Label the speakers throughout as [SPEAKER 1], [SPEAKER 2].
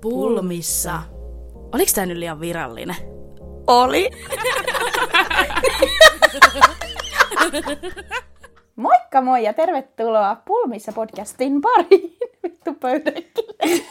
[SPEAKER 1] Pulmissa. Oliks tää nyt liian virallinen?
[SPEAKER 2] Oli.
[SPEAKER 3] Moikka moi ja tervetuloa Pulmissa podcastin pariin. Vittu pöydäkin.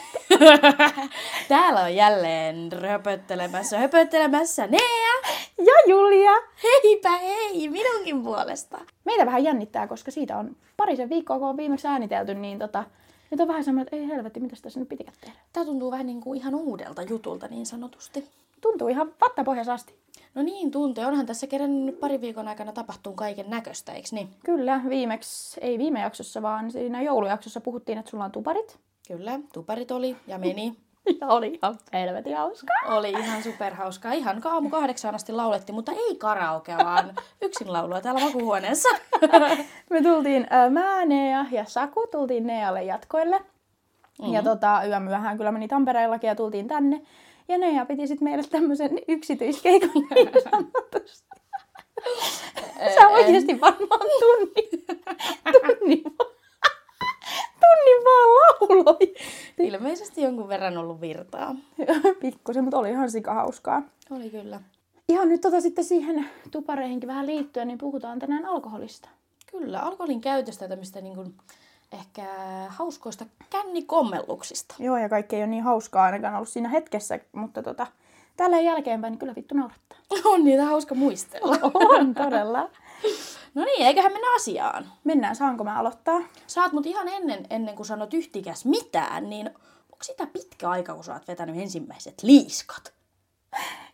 [SPEAKER 1] Täällä on jälleen röpöttelemässä, höpöttelemässä Nea!
[SPEAKER 3] Ja Julia.
[SPEAKER 2] Heipä hei, minunkin puolesta.
[SPEAKER 3] Meitä vähän jännittää, koska siitä on parisen viikkoa, kun on viimeksi äänitelty, niin tota, nyt on vähän semmoinen, että ei helvetti, mitä tässä nyt pitikään tehdä.
[SPEAKER 2] Tää tuntuu vähän niin kuin ihan uudelta jutulta niin sanotusti.
[SPEAKER 3] Tuntuu ihan vattapohjassa asti.
[SPEAKER 2] No niin, tunte. Onhan tässä kerännyt nyt pari viikon aikana tapahtuu kaiken näköistä, eikö niin?
[SPEAKER 3] Kyllä, viimeksi, ei viime jaksossa, vaan siinä joulujaksossa puhuttiin, että sulla on tuparit.
[SPEAKER 2] Kyllä, tuparit oli ja meni.
[SPEAKER 3] Ja oli ihan helvetin hauskaa.
[SPEAKER 2] Oli ihan superhauskaa. Ihan aamu kahdeksaan asti laulettiin, mutta ei karaokea, vaan yksin laulua täällä makuhuoneessa.
[SPEAKER 3] Me tultiin, äh, mä, Nea ja Saku, tultiin Nealle jatkoille. Mm-hmm. Ja tota, yömyöhään kyllä meni Tampereellakin ja tultiin tänne. Ja Nea piti sitten meille tämmöisen yksityiskeikan niin sanotusti. Sä oikeesti varmaan tunnin, tunnin, vaan- tunnin vaan lauloi.
[SPEAKER 2] Ilmeisesti jonkun verran ollut virtaa.
[SPEAKER 3] Pikkusen, mutta oli ihan sika hauskaa.
[SPEAKER 2] Oli kyllä.
[SPEAKER 3] Ihan nyt tota sitten siihen tupareihinkin vähän liittyen, niin puhutaan tänään alkoholista.
[SPEAKER 2] Kyllä, alkoholin käytöstä ja tämmöistä niin kuin, ehkä hauskoista kännikommelluksista.
[SPEAKER 3] Joo, ja kaikki ei ole niin hauskaa ainakaan ollut siinä hetkessä, mutta tota, tällä jälkeenpäin niin kyllä vittu naurattaa.
[SPEAKER 2] On niitä hauska muistella.
[SPEAKER 3] On todella.
[SPEAKER 2] No niin, eiköhän mennä asiaan.
[SPEAKER 3] Mennään, saanko mä aloittaa?
[SPEAKER 2] Saat mut ihan ennen, ennen kuin sanot yhtikäs mitään, niin onko sitä pitkä aika, kun sä oot vetänyt ensimmäiset liiskat?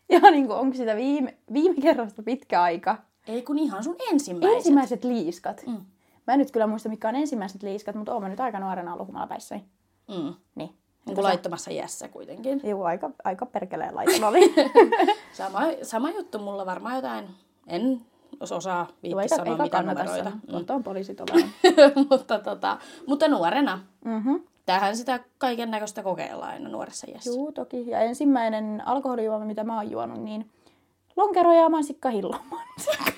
[SPEAKER 3] Ja niin kuin, onko sitä viime, viime kerrasta pitkä aika?
[SPEAKER 2] Ei kun ihan sun ensimmäiset.
[SPEAKER 3] Ensimmäiset liiskat.
[SPEAKER 2] Mm.
[SPEAKER 3] Mä en nyt kyllä muista, mitkä on ensimmäiset liiskat, mutta oon mä nyt aika nuorena ollut humalapäissäni.
[SPEAKER 2] Mm.
[SPEAKER 3] Niin.
[SPEAKER 2] Niin kuin laittomassa iässä kuitenkin.
[SPEAKER 3] Juu, aika, aika perkeleen laitella oli.
[SPEAKER 2] Sama, sama juttu mulla varmaan jotain, en os- osaa
[SPEAKER 3] Juu,
[SPEAKER 2] viitti
[SPEAKER 3] eikä,
[SPEAKER 2] sanoa
[SPEAKER 3] eikä
[SPEAKER 2] mitä
[SPEAKER 3] kannata
[SPEAKER 2] numeroita.
[SPEAKER 3] sanoa. Kohta on poliisit olemaan.
[SPEAKER 2] mutta, tota, mutta nuorena.
[SPEAKER 3] mm-hmm.
[SPEAKER 2] Tähän sitä kaiken näköistä kokeillaan aina nuoressa iässä.
[SPEAKER 3] Juu, toki. Ja ensimmäinen alkoholijuoma, mitä mä oon juonut, niin lonkero ja mansikka hillo. Mansikka,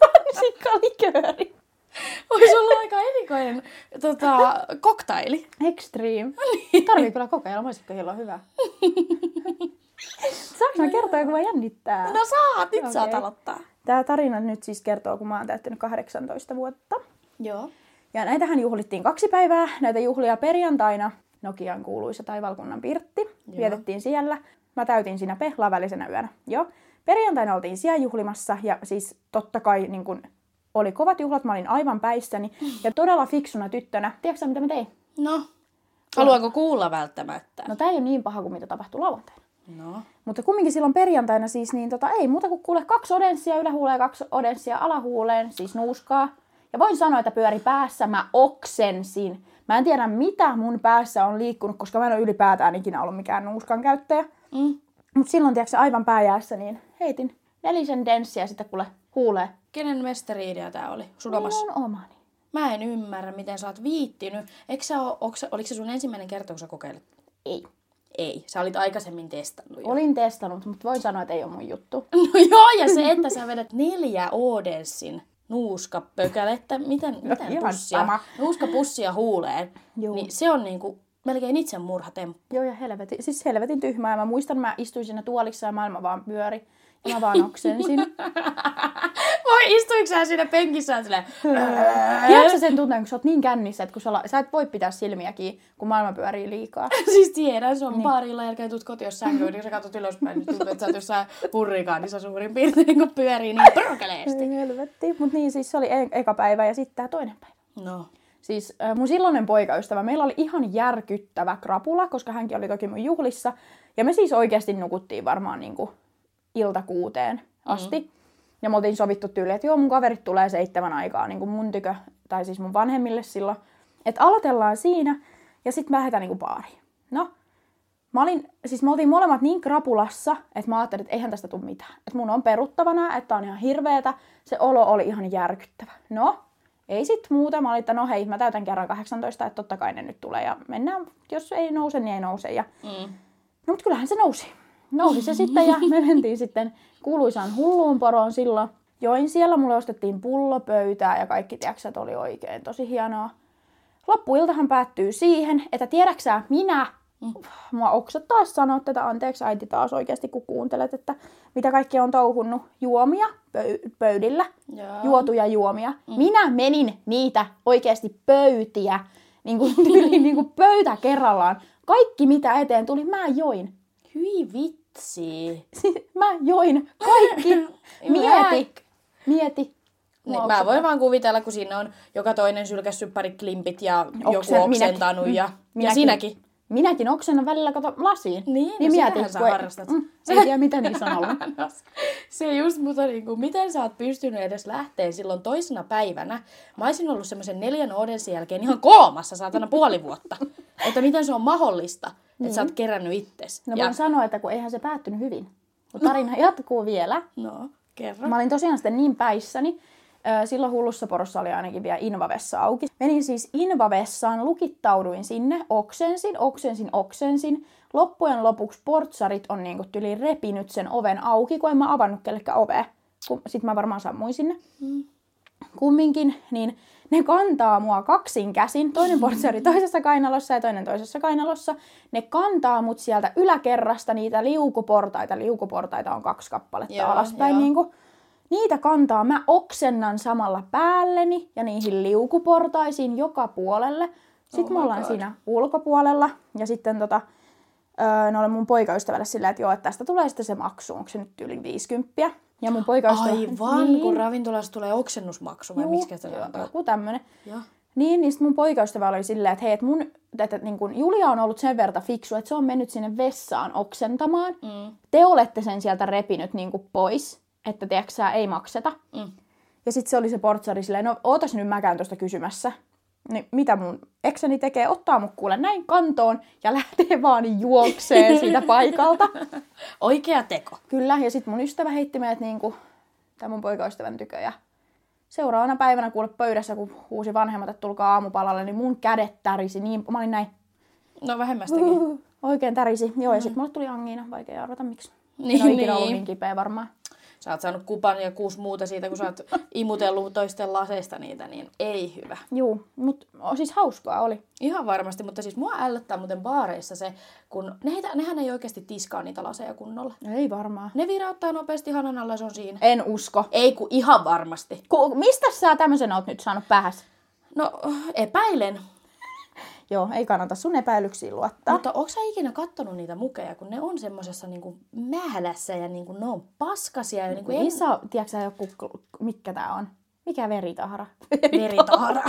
[SPEAKER 3] mansikka likööri.
[SPEAKER 2] Olisi ollut aika erikoinen tota, koktaili.
[SPEAKER 3] Extreme. Tarvii kyllä kokeilla, mansikka hillo on hyvä. Saanko mä kertoa, kun mä jännittää?
[SPEAKER 2] No saat, nyt okay. saat
[SPEAKER 3] Okei.
[SPEAKER 2] aloittaa.
[SPEAKER 3] Tämä tarina nyt siis kertoo, kun mä oon täyttänyt 18 vuotta.
[SPEAKER 2] Joo.
[SPEAKER 3] Ja näitähän juhlittiin kaksi päivää. Näitä juhlia perjantaina Nokian kuuluisa Taivalkunnan Pirtti. Joo. Vietettiin siellä. Mä täytin siinä pehlaa välisenä yönä. Joo. Perjantaina oltiin siellä juhlimassa ja siis totta kai niin kun oli kovat juhlat, mä olin aivan päissäni ja todella fiksuna tyttönä. Mm. Tiedätkö sä, mitä mä tein?
[SPEAKER 2] No, haluanko kuulla välttämättä?
[SPEAKER 3] No tää ei ole niin paha kuin mitä tapahtui lauantaina.
[SPEAKER 2] No.
[SPEAKER 3] Mutta kumminkin silloin perjantaina siis, niin tota, ei muuta kuin kuule kaksi odenssia ylähuuleen, kaksi odenssia alahuuleen, siis nuuskaa. Ja voin sanoa, että pyöri päässä, mä oksensin. Mä en tiedä, mitä mun päässä on liikkunut, koska mä en ole ylipäätään ikinä ollut mikään nuuskan käyttäjä.
[SPEAKER 2] Mm.
[SPEAKER 3] Mutta silloin, tiedätkö, aivan pääjäässä, niin heitin nelisen denssiä sitten kuule huuleen.
[SPEAKER 2] Kenen mestari-idea tää oli? Sun
[SPEAKER 3] Minun
[SPEAKER 2] omassa?
[SPEAKER 3] on omani.
[SPEAKER 2] Mä en ymmärrä, miten sä oot viittinyt. Eikö sä oo, onks, oliko se sun ensimmäinen kerta, kun sä kokeilit?
[SPEAKER 3] Ei.
[SPEAKER 2] Ei, sä olit aikaisemmin testannut jo.
[SPEAKER 3] Olin testannut, mutta voin sanoa, että ei ole mun juttu.
[SPEAKER 2] No joo, ja se, että sä vedät neljä Odensin nuuskapökälettä, miten, miten
[SPEAKER 3] ihan
[SPEAKER 2] pussia,
[SPEAKER 3] sama.
[SPEAKER 2] nuuskapussia huuleen,
[SPEAKER 3] Juu.
[SPEAKER 2] niin se on niinku melkein itsemurhatemppu.
[SPEAKER 3] Joo, ja helvetin, siis helvetin tyhmää. Mä muistan, mä istuin siinä tuolissa ja maailma vaan pyöri. Ja mä vaan oksensin.
[SPEAKER 2] Voi istuinko sä siinä penkissä ja silleen,
[SPEAKER 3] Tiedätkö sä sen tunteen, kun sä oot niin kännissä, että kun sä, la- sä et voi pitää silmiäkin, kun maailma pyörii liikaa.
[SPEAKER 2] siis tiedän, se on niin. baarilla, jälkeen tuut kotiin, jos sänkyyn, niin sä katsot ylöspäin, niin tuntuu, että sä oot jossain hurrikaanissa suurin piirtein, kun pyörii niin perkeleesti.
[SPEAKER 3] Ei helvetti. Mut niin, siis se oli e- eka päivä ja sitten tää toinen päivä.
[SPEAKER 2] No,
[SPEAKER 3] Siis äh, mun silloinen poikaystävä, meillä oli ihan järkyttävä krapula, koska hänkin oli toki mun juhlissa. Ja me siis oikeasti nukuttiin varmaan niinku iltakuuteen asti. Mm. Ja me oltiin sovittu tyyliin, että joo, mun kaverit tulee seitsemän aikaa niinku mun tykö, tai siis mun vanhemmille silloin. Että aloitellaan siinä ja sitten lähdetään niinku baariin. No, Mä olin, siis me oltiin molemmat niin krapulassa, että mä ajattelin, että eihän tästä tule mitään. Että mun on peruttavana, että on ihan hirveetä. Se olo oli ihan järkyttävä. No, ei sit muuta. Mä olin, että no hei, mä täytän kerran 18, että totta kai ne nyt tulee. Ja mennään, jos ei nouse, niin ei nouse. Ja...
[SPEAKER 2] Mm.
[SPEAKER 3] No mut kyllähän se nousi. Nousi se sitten ja me mentiin sitten kuuluisaan hulluun poroon silloin. Join siellä, mulle ostettiin pullopöytää ja kaikki tiedätkö, oli oikein tosi hienoa. Loppuiltahan päättyy siihen, että tiedäksä minä mua oksattaa sanoa tätä, anteeksi äiti taas oikeasti, kun kuuntelet, että mitä kaikkea on touhunnut juomia pöy- pöydillä,
[SPEAKER 2] Joo.
[SPEAKER 3] juotuja juomia.
[SPEAKER 2] Mm.
[SPEAKER 3] Minä menin niitä oikeasti pöytiä, niin kuin, tyyli, niin kuin pöytä kerrallaan. Kaikki mitä eteen tuli, mä join.
[SPEAKER 2] Hyi vitsi.
[SPEAKER 3] Siis mä join kaikki. Mieti, mieti.
[SPEAKER 2] Niin, mä voin vaan kuvitella, kun siinä on joka toinen sylkässyt pari klimpit ja
[SPEAKER 3] Oksen-
[SPEAKER 2] joku
[SPEAKER 3] minäkin.
[SPEAKER 2] oksentanut
[SPEAKER 3] Mm,
[SPEAKER 2] ja, ja
[SPEAKER 3] minäkin.
[SPEAKER 2] sinäkin.
[SPEAKER 3] Minäkin oksennan välillä kato lasiin.
[SPEAKER 2] Niin, no sitähän sä
[SPEAKER 3] kun ei-
[SPEAKER 2] harrastat.
[SPEAKER 3] Mm, sä en tiedä, mitä niissä on ollut.
[SPEAKER 2] No, se just, mutta niin kuin, miten sä oot pystynyt edes lähteen silloin toisena päivänä? Mä olisin ollut semmoisen neljän odensin jälkeen ihan koomassa saatana puoli vuotta. että miten se on mahdollista, että sä oot kerännyt itses.
[SPEAKER 3] No
[SPEAKER 2] ja,
[SPEAKER 3] voin sanoa, että kun eihän se päättynyt hyvin. Mut tarina jatkuu vielä.
[SPEAKER 2] no, kerro.
[SPEAKER 3] Mä olin tosiaan sitten niin päissäni. ö, Silloin hullussa porossa oli ainakin vielä invavessa auki. Menin siis invavessaan, lukittauduin sinne, oksensin, oksensin, oksensin. Loppujen lopuksi portsarit on niinku tyli repinyt sen oven auki, kun en mä avannut kellekään ovea. Kun- Sit mä varmaan sammuin sinne. Kumminkin, niin ne kantaa mua kaksin käsin, toinen portsari toisessa kainalossa ja toinen toisessa kainalossa. Ne kantaa mut sieltä yläkerrasta niitä liukuportaita. Liukuportaita on kaksi kappaletta
[SPEAKER 2] Joo,
[SPEAKER 3] joo, alaspäin.
[SPEAKER 2] joo.
[SPEAKER 3] Niin kuin, niitä kantaa mä oksennan samalla päälleni ja niihin liukuportaisiin joka puolelle. Sitten
[SPEAKER 2] Oh
[SPEAKER 3] oh
[SPEAKER 2] my
[SPEAKER 3] me ollaan
[SPEAKER 2] God.
[SPEAKER 3] siinä ulkopuolella ja sitten tota, öö, no olen mun poikaystävälle sillä, että joo, että tästä tulee sitten se maksu, onko se nyt yli 50. Ja mun poikaystävä...
[SPEAKER 2] Aivan, niin. kun ravintolassa tulee oksennusmaksu vai
[SPEAKER 3] Juu,
[SPEAKER 2] miksi se
[SPEAKER 3] joo,
[SPEAKER 2] on?
[SPEAKER 3] Joku tämmönen.
[SPEAKER 2] Joo.
[SPEAKER 3] Niin, niin sit mun poikaystävä oli silleen, että hei, että mun, että niin kun Julia on ollut sen verta fiksu, että se on mennyt sinne vessaan oksentamaan.
[SPEAKER 2] Mm.
[SPEAKER 3] Te olette sen sieltä repinyt niin kuin pois, että tiedätkö sä, ei makseta.
[SPEAKER 2] Mm.
[SPEAKER 3] Ja sitten se oli se portsari silleen, no ootas nyt mäkään tuosta kysymässä. Niin mitä mun ekseni tekee? Ottaa mut kuule näin kantoon ja lähtee vaan juokseen siitä paikalta.
[SPEAKER 2] Oikea teko.
[SPEAKER 3] Kyllä, ja sitten mun ystävä heitti meidät niinku, tai mun poikaystävän tykö, ja seuraavana päivänä kuule pöydässä, kun huusi vanhemmat, että tulkaa aamupalalle, niin mun kädet tärisi niin, mä olin näin,
[SPEAKER 2] No vähemmästäkin.
[SPEAKER 3] oikein tärisi. Joo, ja sitten mulle tuli angiina, vaikea arvata miksi.
[SPEAKER 2] Niin,
[SPEAKER 3] Mm. Niin, no, niin. ollut
[SPEAKER 2] niin.
[SPEAKER 3] niin kipeä varmaan.
[SPEAKER 2] Sä oot saanut kupan ja kuusi muuta siitä, kun sä oot imutellut toisten laseista niitä, niin ei hyvä.
[SPEAKER 3] Juu, mutta siis hauskaa oli.
[SPEAKER 2] Ihan varmasti, mutta siis mua ällöttää muuten baareissa se, kun neitä, nehän ei oikeasti tiskaa niitä laseja kunnolla.
[SPEAKER 3] Ei varmaan.
[SPEAKER 2] Ne virauttaa nopeasti hanan alla ja se on siinä.
[SPEAKER 3] En usko.
[SPEAKER 2] Ei kun ihan varmasti.
[SPEAKER 3] Ku, mistä sä tämmöisen oot nyt saanut päähäs?
[SPEAKER 2] No epäilen,
[SPEAKER 3] Joo, ei kannata sun epäilyksiin luottaa.
[SPEAKER 2] mutta onko sä ikinä kattonut niitä mukeja, kun ne on semmosessa niinku mählässä ja niinku ne on paskasia ja niinku
[SPEAKER 3] Ei
[SPEAKER 2] en
[SPEAKER 3] saa, tiedätkö sä joku, kl- mikä tää on? Mikä veritahra?
[SPEAKER 2] veritahra.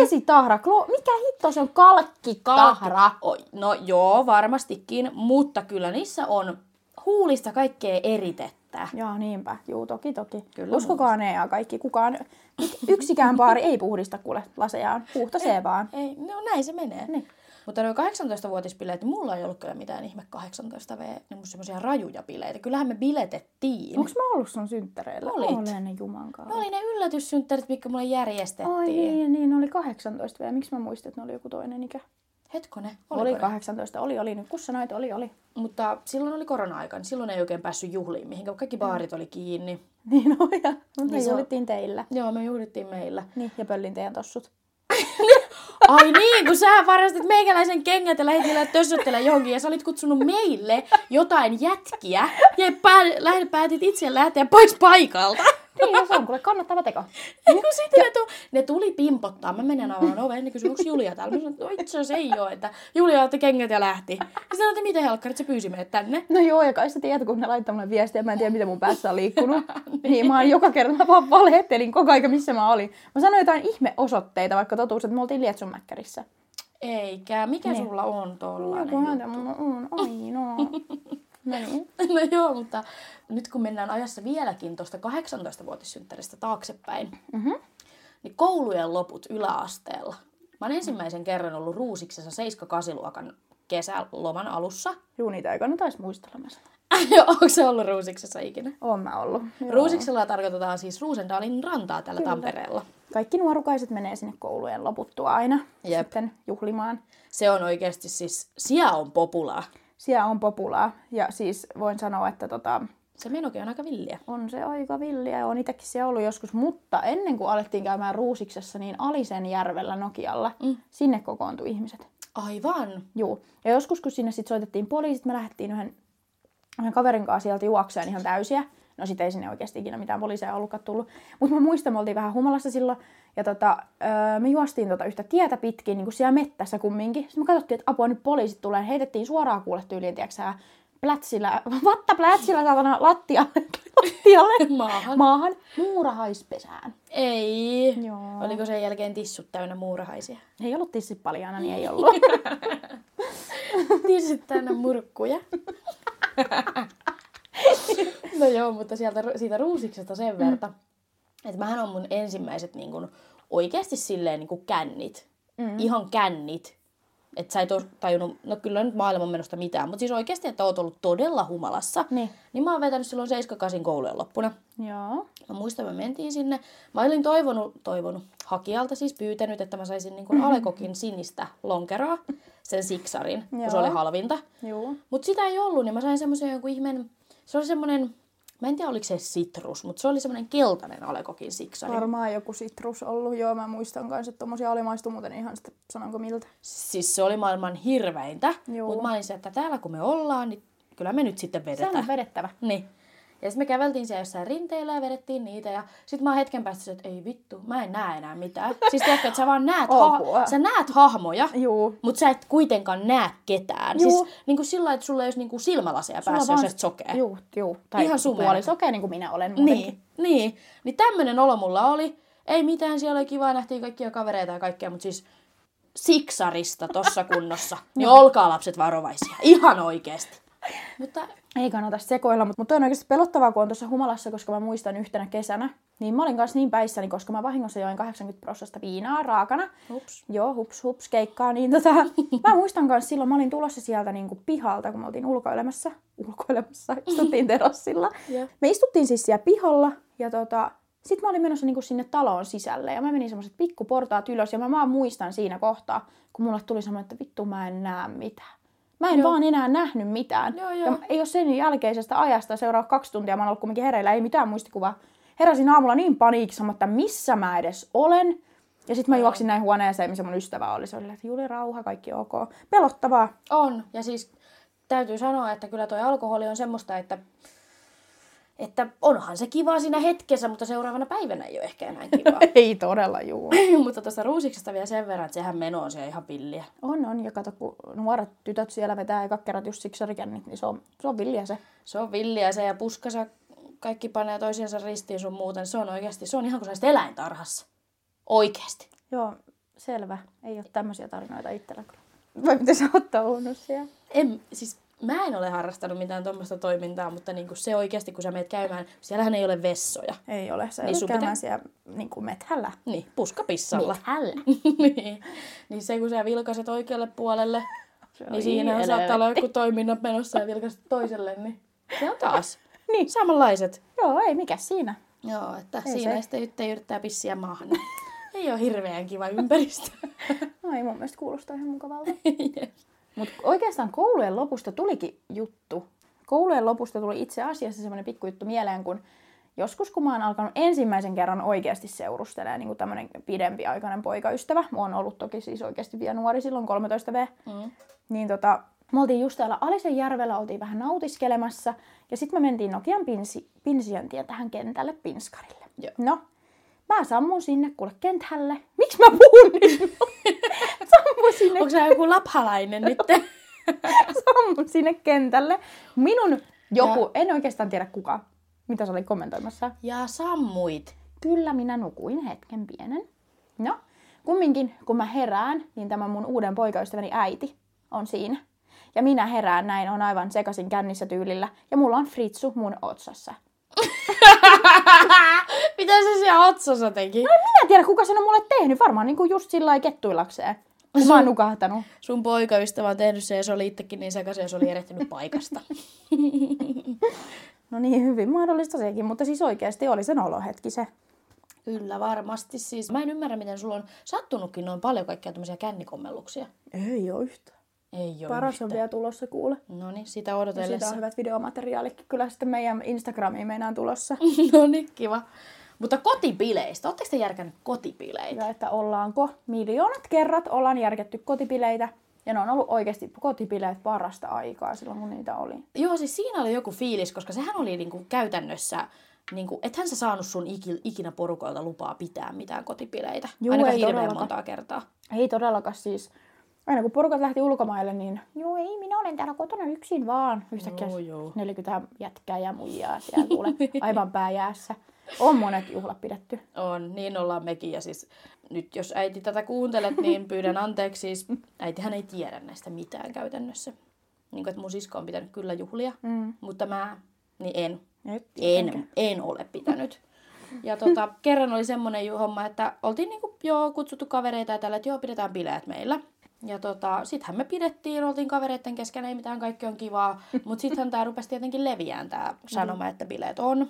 [SPEAKER 3] Vesitahra, klo, mikä hitto se on? Kalkkitahra.
[SPEAKER 2] Oi, no joo, varmastikin, mutta kyllä niissä on huulista kaikkea eritettä.
[SPEAKER 3] Joo, niinpä. Juu, toki, toki.
[SPEAKER 2] Kyllä
[SPEAKER 3] Kyllä Uskokaa ne ja kaikki. Kukaan, nyt yksikään baari ei puhdista kuule lasejaan. Puhtasee vaan.
[SPEAKER 2] Ei, no näin se menee.
[SPEAKER 3] Niin.
[SPEAKER 2] Mutta nuo 18-vuotispileet, niin mulla ei ollut kyllä mitään ihme 18 v ne mun semmoisia rajuja bileitä. Kyllähän me biletettiin.
[SPEAKER 3] Onks mä ollut sun synttäreillä?
[SPEAKER 2] Olit.
[SPEAKER 3] Olen ne jumankaan.
[SPEAKER 2] Ne oli ne yllätyssynttärit, mitkä mulle järjestettiin.
[SPEAKER 3] Ai niin, niin, oli 18 vielä. Miksi mä muistin, että ne oli joku toinen ikä?
[SPEAKER 2] Hetkone,
[SPEAKER 3] Oli,
[SPEAKER 2] oliko ne?
[SPEAKER 3] 18, oli, oli. Nyt kun sanoit, oli, oli.
[SPEAKER 2] Mutta silloin oli korona-aika, niin silloin ei oikein päässyt juhliin mihinkään, kun
[SPEAKER 3] Mm.
[SPEAKER 2] kaikki baarit oli kiinni.
[SPEAKER 3] Niin oli. ja- Mutta
[SPEAKER 2] Niin
[SPEAKER 3] niin
[SPEAKER 2] se-
[SPEAKER 3] juhlittiin teillä.
[SPEAKER 2] Joo, me juhlittiin meillä.
[SPEAKER 3] Niin, ja pöllin teidän tossut.
[SPEAKER 2] Ai niin, kun sä varastit meikäläisen kengät ja lähdit niillä tössöttelemään johonkin ja sä olit kutsunut meille jotain jätkiä ja pää- lähdet, päätit itse lähteä pois paikalta.
[SPEAKER 3] Niin, ja se on kuule kannattava teko.
[SPEAKER 2] Ja kun sitten ne, tu- ne tuli pimpottaa. Mä menen avaan oven, ne kysyi, onko Julia täällä? Mä sanoin, että no itse asiassa ei ole, että Julia otti kengät ja lähti. Ja sanoin, että mitä helkkarit, se pyysi meidät tänne.
[SPEAKER 3] No joo, ja kai sä tiedät, kun ne laittaa mulle viestiä, mä en tiedä, mitä mun päässä on liikkunut. niin mä oon joka kerta, mä vaan valhettelin koko aika, missä mä olin. Mä sanoin jotain ihmeosoitteita, vaikka totuus, että me oltiin Lietsunmäkkärissä.
[SPEAKER 2] Eikä, mikä
[SPEAKER 3] Niin.
[SPEAKER 2] sulla on tollanen?
[SPEAKER 3] Joku "Mm, näytä mun on ainoa. No niin.
[SPEAKER 2] No joo, mutta nyt kun mennään ajassa vieläkin tuosta 18-vuotissynttäristä taaksepäin, mm-hmm.
[SPEAKER 3] Mhm.
[SPEAKER 2] niin koulujen loput yläasteella. Mä oon ensimmäisen kerran ollut ruusiksessa 7-8 luokan kesäloman alussa.
[SPEAKER 3] Juu, niitä ei kannata edes muistella mä sanon.
[SPEAKER 2] Onko se ollut ruusiksessa ikinä?
[SPEAKER 3] Oon mä ollut. Joo.
[SPEAKER 2] Ruusiksella tarkoitetaan siis Ruusendaalin rantaa täällä Tampereella.
[SPEAKER 3] Kaikki nuorukaiset menee sinne koulujen loputtua aina
[SPEAKER 2] Jep.
[SPEAKER 3] sitten juhlimaan.
[SPEAKER 2] Se on oikeasti siis, sija on populaa.
[SPEAKER 3] Siellä on populaa ja siis voin sanoa, että tota,
[SPEAKER 2] Se menokin on aika villiä.
[SPEAKER 3] On se aika villiä ja on itsekin siellä ollut joskus, mutta ennen kuin alettiin käymään Ruusiksessa, niin Alisen järvellä Nokialla, mm. sinne kokoontui ihmiset.
[SPEAKER 2] Aivan.
[SPEAKER 3] Juu. Ja joskus, kun sinne sitten soitettiin poliisit, me lähdettiin yhden, yhden kaverin kanssa sieltä juokseen ihan täysiä. No sit ei sinne oikeasti ikinä mitään poliiseja ollutkaan tullut. Mutta mä muistan, me oltiin vähän humalassa silloin. Ja tota, öö, me juostiin tota yhtä tietä pitkin, niin kuin siellä mettässä kumminkin. Sitten me katsottiin, että apua nyt poliisit tulee. Heitettiin suoraan kuule tyyliin, tiiäksä, plätsillä, vatta plätsillä saatana lattialle, lattialle,
[SPEAKER 2] Maahan.
[SPEAKER 3] maahan, muurahaispesään.
[SPEAKER 2] Ei.
[SPEAKER 3] Joo.
[SPEAKER 2] Oliko sen jälkeen tissut täynnä muurahaisia?
[SPEAKER 3] Ei ollut tissipaljana, niin ei ollut.
[SPEAKER 2] Tissit Niin täynnä murkkuja. no joo, mutta sieltä, siitä ruusiksesta sen verta, että mähän on mun ensimmäiset niin kun, oikeasti silleen niin kun kännit. Mm. Ihan kännit. Että sä et oo tajunnut, no kyllä nyt maailman menosta mitään, mutta siis oikeasti, että oot ollut todella humalassa.
[SPEAKER 3] Niin.
[SPEAKER 2] Niin mä oon vetänyt silloin 7-8 koulujen loppuna.
[SPEAKER 3] Joo.
[SPEAKER 2] Mä muistan, me mentiin sinne. Mä olin toivonut, toivonut hakijalta siis pyytänyt, että mä saisin niin
[SPEAKER 3] Mm-hmm.
[SPEAKER 2] kuin Alekokin sinistä lonkeroa, sen siksarin, kun se
[SPEAKER 3] Joo.
[SPEAKER 2] oli halvinta.
[SPEAKER 3] Joo.
[SPEAKER 2] Mutta sitä ei ollut, niin mä sain semmoisen jonkun ihmeen, se oli semmoinen, mä en tiedä oliko se sitrus, mutta se oli semmoinen keltainen Alekokin siksari.
[SPEAKER 3] Varmaan joku sitrus ollut, joo, mä muistan kanssa, että tommosia oli maistu muuten ihan sitten, sanonko miltä.
[SPEAKER 2] Siis se oli maailman hirveintä,
[SPEAKER 3] Joo.
[SPEAKER 2] mutta mä olin se, että täällä kun me ollaan, niin kyllä me nyt sitten vedetään.
[SPEAKER 3] Sehän on vedettävä.
[SPEAKER 2] Niin. Ja sitten me käveltiin siellä jossain rinteillä ja vedettiin niitä. Ja sitten mä oon hetken päästä, silleen, että ei vittu, mä en näe enää mitään. siis tiedätkö, että sä vaan näet,
[SPEAKER 3] Apua.
[SPEAKER 2] ha- sä näet hahmoja,
[SPEAKER 3] Juu.
[SPEAKER 2] mutta sä et kuitenkaan näe ketään.
[SPEAKER 3] Juu.
[SPEAKER 2] Siis niin kuin sillä lailla, että sulla ei olisi niin kuin silmälaseja
[SPEAKER 3] Sulla
[SPEAKER 2] päässä,
[SPEAKER 3] vaan-
[SPEAKER 2] jos et sokea.
[SPEAKER 3] Juu, juu. Tai
[SPEAKER 2] Ihan sumerat.
[SPEAKER 3] puoli sokea, niin kuin minä olen muutenkin.
[SPEAKER 2] Niin, niin. Niin tämmönen olo mulla oli. Ei mitään, siellä oli kivaa, nähtiin kaikkia kavereita ja kaikkea, mutta siis siksarista tossa kunnossa. niin olkaa lapset varovaisia. Ihan oikeesti. Mutta
[SPEAKER 3] Ei kannata sekoilla, mutta, mutta on oikeasti pelottavaa, kun on tuossa humalassa, koska mä muistan yhtenä kesänä. Niin mä olin kanssa niin päissäni, koska mä vahingossa join 80 prosenttia viinaa raakana.
[SPEAKER 2] Hups.
[SPEAKER 3] Joo, hups, hups, keikkaa. Niin tota, mä muistan kanssa silloin, mä olin tulossa sieltä niin kuin pihalta, kun me oltiin ulkoilemassa. Ulkoilemassa, istuttiin terassilla.
[SPEAKER 2] Joo.
[SPEAKER 3] me istuttiin siis siellä pihalla ja tota, sit mä olin menossa niin kuin sinne taloon sisälle ja mä menin semmoiset pikkuportaat ylös ja mä vaan muistan siinä kohtaa, kun mulle tuli semmoinen, että vittu mä en näe mitään. Mä en joo. vaan enää nähnyt mitään.
[SPEAKER 2] Joo,
[SPEAKER 3] Ja
[SPEAKER 2] joo.
[SPEAKER 3] ei ole sen jälkeisestä ajasta seuraavat kaksi tuntia, mä oon ollut kumminkin hereillä, ei mitään muistikuvaa. Heräsin aamulla niin paniikissa, että missä mä edes olen. Ja sitten mä juoksin näin huoneeseen, missä mun ystävä oli. Se oli, että Juli, rauha, kaikki ok. Pelottavaa.
[SPEAKER 2] On. Ja siis täytyy sanoa, että kyllä toi alkoholi on semmoista, että, että onhan se kivaa siinä hetkessä, mutta seuraavana päivänä ei ole ehkä enää kivaa.
[SPEAKER 3] ei todella, juu.
[SPEAKER 2] mutta tuosta ruusiksesta vielä sen verran, että sehän meno on siellä ihan pilliä.
[SPEAKER 3] On, on. Ja kato, kun nuoret tytöt siellä vetää eka kerrat just siksarikännit, niin se on, se on villiä se.
[SPEAKER 2] Se on villiä se ja puskasa kaikki panee toisiinsa ristiin sun muuten. Se on oikeasti, se on ihan kuin sä olisit eläintarhassa. Oikeasti.
[SPEAKER 3] Joo, selvä. Ei ole tämmöisiä tarinoita itsellä kyllä. Vai miten sä oot ollut siellä?
[SPEAKER 2] En, siis mä en ole harrastanut mitään tuommoista toimintaa, mutta niin kuin se oikeasti, kun sä meet käymään, siellähän ei ole vessoja.
[SPEAKER 3] Ei ole. Se
[SPEAKER 2] Niin sun
[SPEAKER 3] niin
[SPEAKER 2] pitää-
[SPEAKER 3] käymään siellä niin kuin methällä.
[SPEAKER 2] Niin, puskapissalla.
[SPEAKER 3] Methällä.
[SPEAKER 2] niin. niin se, kun sä vilkaset oikealle puolelle,
[SPEAKER 3] Se
[SPEAKER 2] niin siinä saattaa olla joku toiminnot menossa ja vilkaset toiselle, niin se on taas niin. samanlaiset.
[SPEAKER 3] Joo, ei mikä siinä.
[SPEAKER 2] Joo, että
[SPEAKER 3] Ei
[SPEAKER 2] siinä
[SPEAKER 3] se.
[SPEAKER 2] sitten yrittää, yrittää pissiä maahan. Ei ole hirveän kiva ympäristö.
[SPEAKER 3] No ei mun mielestä kuulostaa ihan mukavalta. Mutta oikeastaan koulujen lopusta tulikin juttu. Koulujen lopusta tuli itse asiassa semmoinen pikkujuttu mieleen, kun joskus kun mä oon alkanut ensimmäisen kerran oikeasti seurustelemaan niin tämmöinen pidempi aikainen poikaystävä, mä oon ollut toki siis oikeasti vielä nuori silloin 13 V,
[SPEAKER 2] Mm.
[SPEAKER 3] niin tota, me oltiin just täällä Alisen järvellä, oltiin vähän nautiskelemassa, ja sitten me mentiin Nokian pinsi, pinsiöntien tähän kentälle Pinskarille.
[SPEAKER 2] Joo.
[SPEAKER 3] No, mä sammun sinne kuule kentälle. Miksi mä puhun nyt? sammun sinne
[SPEAKER 2] Onko sä joku laphalainen nyt?
[SPEAKER 3] sammun sinne kentälle. Minun joku,
[SPEAKER 2] Ja-
[SPEAKER 3] en oikeastaan tiedä kuka, mitä sä olit kommentoimassa.
[SPEAKER 2] Ja sammuit.
[SPEAKER 3] Kyllä minä nukuin hetken pienen. No, kumminkin kun mä herään, niin tämä mun uuden poikaystäväni äiti on siinä. Ja minä herään näin, on aivan sekasin kännissä tyylillä. Ja mulla on fritsu mun otsassa.
[SPEAKER 2] Äh, Mitä se siellä otsassa teki?
[SPEAKER 3] Minä en tiedä, kuka sen on mulle tehnyt. Varmaan niinku just sillä lailla kettuilakseen. Kun mä oon nukahtanut.
[SPEAKER 2] Sun poikaystävä on tehnyt se ja se oli itsekin niin sekaisin ja se oli erehtynyt paikasta.
[SPEAKER 3] No niin, hyvin mahdollista sekin. Mutta siis oikeasti oli sen olohetki se.
[SPEAKER 2] Kyllä varmasti siis. Mä en ymmärrä, miten sulla on sattunutkin noin paljon kaikkia tämmöisiä kännikommelluksia.
[SPEAKER 3] Ei ole yhtään.
[SPEAKER 2] Ei ole
[SPEAKER 3] Paras on vielä tulossa kuule.
[SPEAKER 2] No niin, sitä
[SPEAKER 3] Ja siitä
[SPEAKER 2] odotellessa.
[SPEAKER 3] on hyvät videomateriaalitkin kyllä sitten meidän Instagramiin meinaan tulossa.
[SPEAKER 2] No niin, kiva. Mutta kotipileistä. Oletteko te järkännyt kotipileitä?
[SPEAKER 3] Ja että ollaanko miljoonat kerrat ollaan järketty kotipileitä. Ja ne on ollut oikeasti kotipileet parasta aikaa silloin, kun niitä oli.
[SPEAKER 2] Joo, siis siinä oli joku fiilis, koska sehän oli niinku käytännössä, niinku, ethän sä saanut sun iki- ikinä porukoilta lupaa pitää mitään kotipileitä.
[SPEAKER 3] Juu,
[SPEAKER 2] Ainakaan
[SPEAKER 3] ei
[SPEAKER 2] hirveän
[SPEAKER 3] todellakaan.
[SPEAKER 2] montaa kertaa.
[SPEAKER 3] Ei todellakaan siis. Aina kun porukat lähti ulkomaille, niin joo ei, minä olen täällä kotona yksin vaan. Yhtäkkiä
[SPEAKER 2] Joo, joo.
[SPEAKER 3] 40 jätkää ja muijaa siellä kuule aivan pääjäässä. On monet juhlat pidetty.
[SPEAKER 2] On, niin ollaan mekin. Ja siis nyt jos äiti tätä kuuntelet, niin pyydän anteeksi. Siis äitihän ei tiedä näistä mitään käytännössä. Niin kuin, että mun sisko on pitänyt kyllä juhlia,
[SPEAKER 3] Mm.
[SPEAKER 2] mutta mä niin en.
[SPEAKER 3] Nyt
[SPEAKER 2] En, en ole pitänyt. Ja tota, kerran oli semmoinen ju- homma, että oltiin niinku, joo, kutsuttu kavereita ja tällä, että joo, pidetään bileet meillä. Ja tota, sittenhän me pidettiin, oltiin kavereiden kesken, ei mitään, kaikki on kivaa. Mutta sittenhän tämä rupesi tietenkin leviään tämä sanoma, että bileet on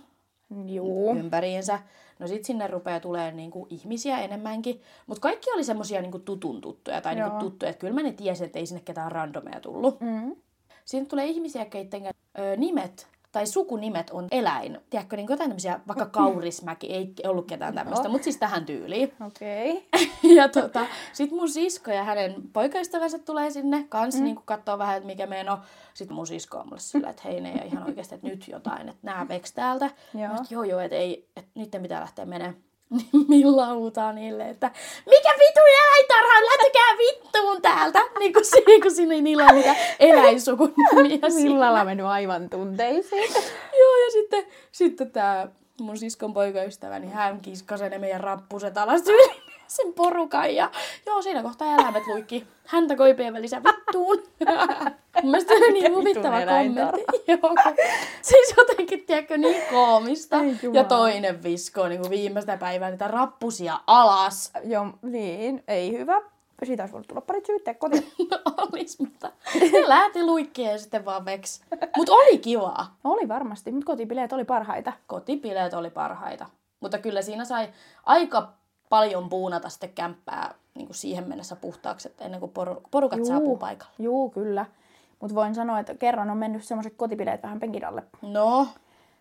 [SPEAKER 3] Juu.
[SPEAKER 2] ympäriinsä. No sit sinne rupeaa tulemaan niinku ihmisiä enemmänkin. Mutta kaikki oli semmosia niinku tutun tuttuja tai niinku
[SPEAKER 3] Joo.
[SPEAKER 2] tuttuja. Että kyllä mä ne tiesin, että ei sinne ketään randomeja tullut.
[SPEAKER 3] Mm.
[SPEAKER 2] Siinä tulee ihmisiä, keiden ö, nimet tai sukunimet on eläin. Tiedätkö, niin jotain tämmöisiä, vaikka Kaurismäki, ei ollut ketään tämmöistä, mutta siis tähän tyyliin.
[SPEAKER 3] Okei.
[SPEAKER 2] Ja tota, sit mun sisko ja hänen poikaystävänsä tulee sinne kans, mm. niin katsoo vähän, että mikä meidän on. Sit mun sisko on mulle sillä, että hei, ne ei ole ihan oikeasti, että nyt jotain, että nää veks täältä.
[SPEAKER 3] Joo.
[SPEAKER 2] Mä oon, joo, joo, että ei, että niiden pitää lähteä menemään. Niin Milla huutaa niille, että mikä vitu eläintarha, lähtekää vittuun täältä. Niin kuin siinä, kun siinä ei niillä ole mitään eläinsukunimia. siinä.
[SPEAKER 3] Sillalla on mennyt aivan tunteisiin.
[SPEAKER 2] Joo, ja sitten, sitten tämä mun siskon poikaystävä, niin hän kiskasi ne meidän rappuset alas yli sen porukan. Ja joo, siinä kohtaa eläimet luikki häntä koipien välissä vittuun. Mun mielestä se oli niin
[SPEAKER 3] Mikä
[SPEAKER 2] huvittava
[SPEAKER 3] vitun eläintarha.
[SPEAKER 2] kommentti. Joo, kun- siis jotenkin, tiedätkö, niin koomista.
[SPEAKER 3] Ei
[SPEAKER 2] ja
[SPEAKER 3] jumala.
[SPEAKER 2] toinen viskoo niin kuin viimeistä päivää niitä rappusia alas.
[SPEAKER 3] Joo, niin, ei hyvä. Siitä olisi voinut tulla pari syytteet kotiin.
[SPEAKER 2] Olis, mutta ne lähti luikkiin ja sitten vaan veks. Mut oli kivaa.
[SPEAKER 3] No oli varmasti, mutta kotipileet oli parhaita.
[SPEAKER 2] kotipileet oli parhaita. Mutta kyllä siinä sai aika paljon puunata sitten kämppää niin kuin siihen mennessä puhtaaksi, että ennen kuin poru- porukat Juu. saapuu paikalle.
[SPEAKER 3] Juu, kyllä. Mutta voin sanoa, että kerran on mennyt semmoiset kotipileet vähän penkin alle.
[SPEAKER 2] No,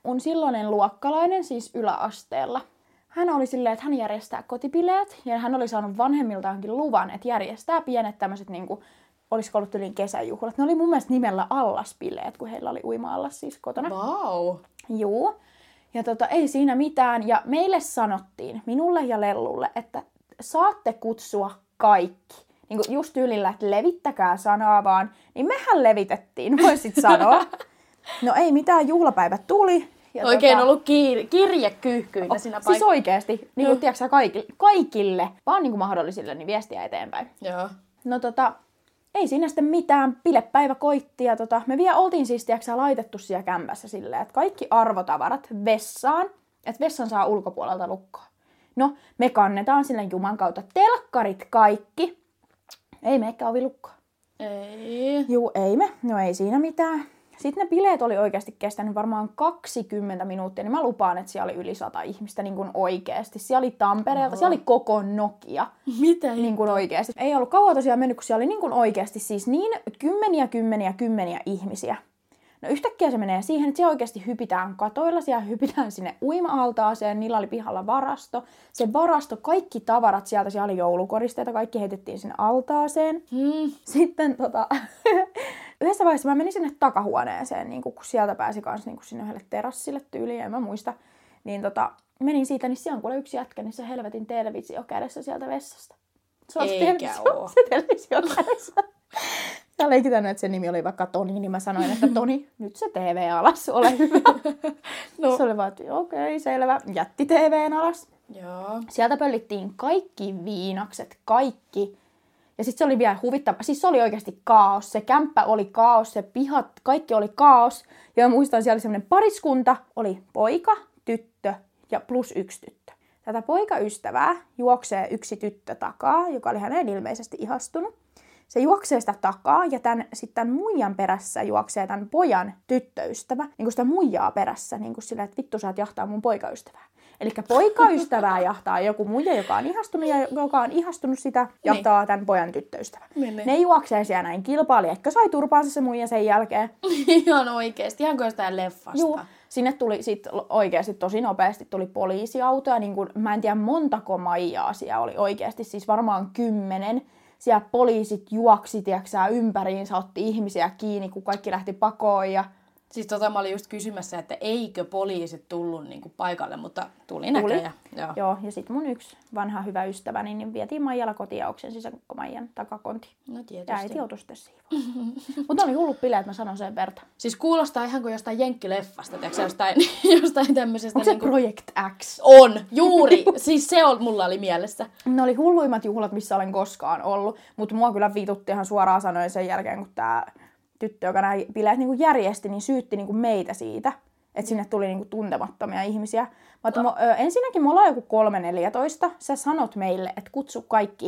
[SPEAKER 3] Mun silloinen luokkalainen siis yläasteella. Hän oli silleen, että hän järjestää kotipileet ja hän oli saanut vanhemmiltaankin luvan, että järjestää pienet tämmöiset niinku, olisiko ollut yli kesäjuhlat. Ne oli mun mielestä nimellä allaspileet, kun heillä oli uima-allas siis kotona.
[SPEAKER 2] vau. Wow.
[SPEAKER 3] Juu. Ja tota, ei siinä mitään. Ja meille sanottiin, minulle ja Lellulle, että saatte kutsua kaikki. Niin kuin just tyylillä, että levittäkää sanaa vaan. Niin mehän levitettiin, voisit sanoa. No ei mitään, juhlapäivät tuli. Ja tota,
[SPEAKER 2] Oikein ollut kiir- kirjekyyhkyinä siinä Mm.
[SPEAKER 3] Siis
[SPEAKER 2] paikalla.
[SPEAKER 3] oikeesti, niin kuin, tiedätkö, sä, kaikille, kaikille, vaan niin kuin mahdollisille, niin viestiä eteenpäin.
[SPEAKER 2] Joo.
[SPEAKER 3] No tota, ei siinä sitten mitään. Pilepäivä koitti ja tota, me vielä oltiin siis tiiäksä, laitettu siellä kämpässä silleen, että kaikki arvotavarat vessaan, että vessan saa ulkopuolelta lukkoa. No, me kannetaan silleen Juman kautta telkkarit kaikki. Ei me ehkä ovi lukkoa.
[SPEAKER 2] Ei.
[SPEAKER 3] Juu, ei me. No ei siinä mitään. Sitten ne bileet oli oikeasti kestänyt varmaan 20 minuuttia, niin mä lupaan, että siellä oli yli 100 ihmistä niin kuin oikeasti. Siellä oli Tampereelta, Oho. siellä oli koko Nokia
[SPEAKER 2] Mitä?
[SPEAKER 3] niin kuin oikeasti. Ei ollut kauan tosiaan mennyt, kun siellä oli niin kuin oikeasti siis niin kymmeniä, kymmeniä, kymmeniä ihmisiä. No yhtäkkiä se menee siihen, että siellä oikeasti hypitään katoilla, siellä hypitään sinne uima-altaaseen, niillä oli pihalla varasto. Se varasto, kaikki tavarat sieltä, siellä oli joulukoristeita, kaikki heitettiin sinne altaaseen.
[SPEAKER 2] Hmm.
[SPEAKER 3] Sitten tota, yhdessä vaiheessa mä menin sinne takahuoneeseen, niin kun sieltä pääsi kans niin sinne yhdelle terassille tyyliin, en mä muista. Niin tota, menin siitä, niin siellä on kuule yksi jätkä, niin se helvetin televisio kädessä sieltä vessasta. Se on se
[SPEAKER 2] Eikä
[SPEAKER 3] televisio,
[SPEAKER 2] oo.
[SPEAKER 3] se televisio kädessä. Mä leikitänyt, että sen nimi oli vaikka Toni, niin mä sanoin, että Toni, nyt se TV alas, ole hyvä.
[SPEAKER 2] No.
[SPEAKER 3] No. Se oli vaan, että okei, okay, selvä. Jätti TVn alas.
[SPEAKER 2] Joo.
[SPEAKER 3] Sieltä pöllittiin kaikki viinakset, kaikki. Ja sitten se oli vielä huvittava. Siis se oli oikeasti kaos. Se kämppä oli kaos, se pihat, kaikki oli kaos. Ja mä muistan, siellä oli semmoinen pariskunta. Oli poika, tyttö ja plus yksi tyttö. Tätä poikaystävää juoksee yksi tyttö takaa, joka oli häneen ilmeisesti ihastunut. Se juoksee sitä takaa ja tämän, sitten tämän muijan perässä juoksee tämän pojan tyttöystävä, niin kuin sitä muijaa perässä, niin kuin sillä, että vittu sä oot jahtaa mun poikaystävää. Eli poikaystävää jahtaa joku muija, joka on ihastunut ja joka on ihastunut sitä, jahtaa niin. tämän pojan tyttöystävä.
[SPEAKER 2] Mene.
[SPEAKER 3] Ne juoksee siellä näin kilpaili, ehkä sai turpaansa se muija sen jälkeen.
[SPEAKER 2] Ihan oikeesti. Ihan kuin jostain leffasta.
[SPEAKER 3] Juu, sinne tuli sit oikeasti tosi nopeasti tuli niinku, poliisiautoja, niin kun, mä en tiedä montako maijaa siellä oli oikeasti, siis varmaan kymmenen. siellä poliisit juoksi, tiiäksä, ympäriinsä, otti ihmisiä kiinni, kun kaikki lähti pakoon ja
[SPEAKER 2] Siis tota mä olin just kysymässä, että eikö poliisit tullut niinku paikalle, mutta tuli, tuli.
[SPEAKER 3] Tuli.
[SPEAKER 2] näköjään. Joo.
[SPEAKER 3] Joo, ja sitten mun yksi vanha hyvä ystäväni, niin vietiin Maijalla kotiauksen sisäkko Maijan takakonti.
[SPEAKER 2] No
[SPEAKER 3] Ja
[SPEAKER 2] tietysti.
[SPEAKER 3] äiti joutui sitten siivoon. Mutta oli hullut bileet, mä sanon sen verta.
[SPEAKER 2] Siis kuulostaa ihan kuin jostain jenkkileffasta, tiedätkö, jostain, jostain tämmöisestä.
[SPEAKER 3] Onko se
[SPEAKER 2] niinku-
[SPEAKER 3] Project X?
[SPEAKER 2] On, juuri. siis se on, mulla oli mielessä.
[SPEAKER 3] Ne oli hulluimmat juhlat, missä olen koskaan ollut. Mutta mua kyllä viitutti ihan suoraan sanoen sen jälkeen, kun tämä tyttö, joka nämä bileet niinku järjesti, niin syytti niinku meitä siitä. Että sinne tuli niinku tuntemattomia ihmisiä. Mä, että mo, ö, ensinnäkin me ollaan joku 3.14. Sä sanot meille, että kutsu kaikki.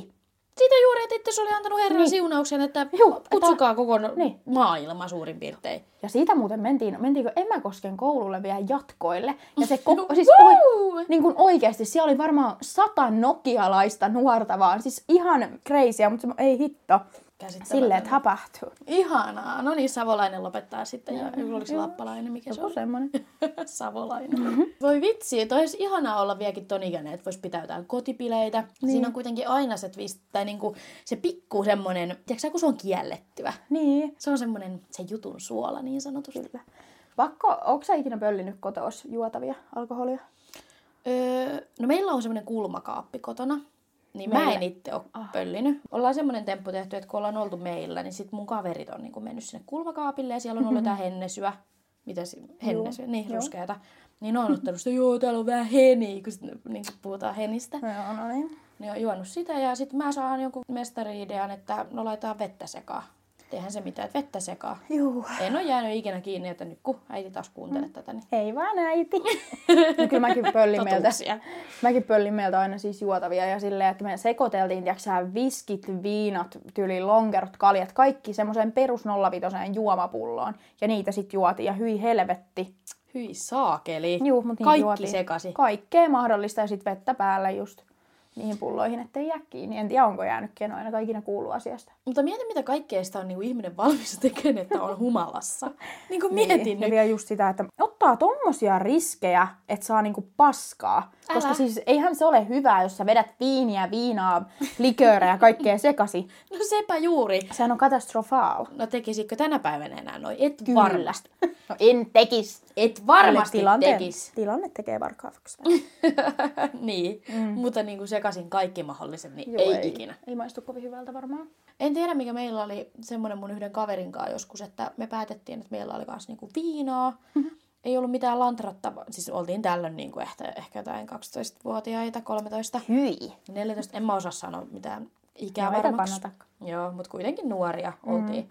[SPEAKER 2] Siitä juuri, että itse oli antanut Herran niin. siunauksen, että
[SPEAKER 3] Juu, että-
[SPEAKER 2] kutsukaa koko niin.
[SPEAKER 3] Niin.
[SPEAKER 2] maailma suurin piirtein.
[SPEAKER 3] Ja siitä muuten mentiin, mentiinkö Emäkosken koululle vielä jatkoille. Ja se
[SPEAKER 2] No,
[SPEAKER 3] ko- siis
[SPEAKER 2] woo!
[SPEAKER 3] oi, niin kuin oikeasti, siellä oli varmaan sata nokialaista nuorta vaan. Siis ihan kreisiä, mutta se- ei hitto. Silleen, että häpähtyy.
[SPEAKER 2] Ihanaa. No niin, savolainen lopettaa sitten. Ja, ja oliko se lappalainen, mikä se on?
[SPEAKER 3] semmoinen.
[SPEAKER 2] Savolainen.
[SPEAKER 3] Mm-hmm.
[SPEAKER 2] Voi vitsi, toi olisi ihanaa olla vieläkin ton ikäinen, että voisi pitää jotain kotipileitä. Niin. Siinä on kuitenkin aina se twist, tai niinku, se pikku semmonen, tiedätkö sä, kun se on kiellettyä.
[SPEAKER 3] Niin.
[SPEAKER 2] Se on semmonen se jutun suola niin sanotusti. Kyllä.
[SPEAKER 3] Pakko, onko sä ikinä pöllinyt kotoos juotavia alkoholia?
[SPEAKER 2] Öö, no meillä on semmoinen kulmakaappi kotona. Niin meillä. mä en itse ole ah. pöllinyt. Ollaan semmoinen temppu tehty, että kun ollaan oltu meillä, niin sit mun kaverit on niin mennyt sinne kulmakaapille ja siellä on ollut jotain hennesyä. Mitä se, hennesyä? Niin, ruskeata. Niin ne on ottanut sitä, joo, täällä on vähän heniä, kun sit, niin kuin puhutaan henistä.
[SPEAKER 3] Joo, no niin.
[SPEAKER 2] Niin on juonut sitä ja sitten mä saan jonkun mestariidean, että no laitetaan vettä sekaan. Eihän se mitään, että vettä sekaan.
[SPEAKER 3] Juu.
[SPEAKER 2] En ole jäänyt ikinä kiinni, että nyt kun äiti taas kuuntelee mm. tätä, niin
[SPEAKER 3] Ei vaan äiti. No kyllä mäkin pöllin meiltä.
[SPEAKER 2] totuuksia.
[SPEAKER 3] Mäkin pöllin meiltä aina siis juotavia ja silleen, että me sekoiteltiin, tiiäksä, viskit, viinat, tyli, lonkerot, kaljat, kaikki semmoiseen perus 05 juomapulloon. Ja niitä sit juotiin ja hyi helvetti.
[SPEAKER 2] Hyi saakeli.
[SPEAKER 3] Juu, mut niin
[SPEAKER 2] Kaikki
[SPEAKER 3] juotiin.
[SPEAKER 2] sekasi.
[SPEAKER 3] Kaikkea mahdollista ja sit vettä päällä just niihin pulloihin, ettei jää kiinni. En tiedä, onko jäänytkin, en ole ainakaan ikinä kuullut asiasta.
[SPEAKER 2] Mutta mieti, mitä kaikkea sitä on niinku ihminen valmis tekemään, että on humalassa. niin kuin mietin
[SPEAKER 3] Niin,
[SPEAKER 2] nyt.
[SPEAKER 3] ja vielä just sitä, että ottaa tommosia riskejä, että saa niinku paskaa.
[SPEAKER 2] Älä.
[SPEAKER 3] Koska siis eihän se ole hyvää, jos sä vedät viiniä, viinaa, liköörejä ja kaikkea sekasi.
[SPEAKER 2] No sepä juuri.
[SPEAKER 3] Sehän on katastrofaal.
[SPEAKER 2] No tekisikö tänä päivänä enää noin? Et
[SPEAKER 3] Kyllä.
[SPEAKER 2] varmasti.
[SPEAKER 3] No en tekis.
[SPEAKER 2] Et varmasti
[SPEAKER 3] tilanteen-
[SPEAKER 2] tekis.
[SPEAKER 3] Tilanne tekee varkaavaksi.
[SPEAKER 2] niin, mm. mutta niin kuin sekaisin kaikki mahdolliset, niin
[SPEAKER 3] Joo,
[SPEAKER 2] ei, ikinä.
[SPEAKER 3] Ei maistu kovin hyvältä varmaan.
[SPEAKER 2] En tiedä, mikä meillä oli semmoinen mun yhden kaverin kanssa joskus, että me päätettiin, että meillä oli kanssa niinku viinaa.
[SPEAKER 3] Mm-hmm.
[SPEAKER 2] ei ollut mitään lantratta, siis oltiin tällöin niinku ehkä, ehkä jotain 12-vuotiaita, 13.
[SPEAKER 3] Hyi.
[SPEAKER 2] 14, en mä osaa sanoa mitään ikää
[SPEAKER 3] Joo, ei
[SPEAKER 2] varmaksi.
[SPEAKER 3] kannatakaan. Mm.
[SPEAKER 2] Joo, mutta kuitenkin nuoria oltiin.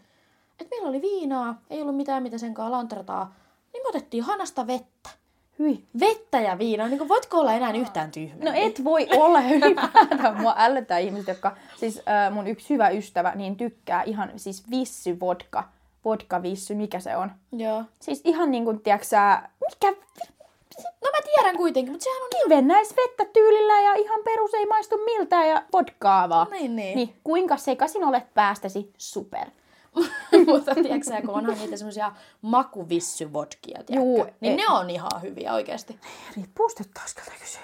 [SPEAKER 2] Et meillä oli viinaa, ei ollut mitään mitä senkaan lantrataa, niin me otettiin hanasta vettä.
[SPEAKER 3] Hyi.
[SPEAKER 2] Vettä ja viinaa, niin voitko olla enää yhtään tyhmä?
[SPEAKER 3] No et voi olla ylipäätään. Mua ällöttää ihmiset, jotka... Siis äh, mun yksi hyvä ystävä niin tykkää ihan siis vissy vodka. Vodka vissy, mikä se on?
[SPEAKER 2] Joo.
[SPEAKER 3] Siis ihan niin kuin, tiiäksä, mikä
[SPEAKER 2] No mä tiedän kuitenkin, mutta sehän on
[SPEAKER 3] kivennäisvettä tyylillä ja ihan perus ei maistu miltään ja vodkaa vaan.
[SPEAKER 2] Niin, niin.
[SPEAKER 3] niin kuinka sekasin olet päästäsi super.
[SPEAKER 2] Mutta tiedätkö sä, kun onhan niitä semmoisia makuvissyvodkia, tiedätkö?
[SPEAKER 3] Juu,
[SPEAKER 2] niin
[SPEAKER 3] ei.
[SPEAKER 2] ne on ihan hyviä oikeasti.
[SPEAKER 3] Riippuu sitten taas keltä kysyä.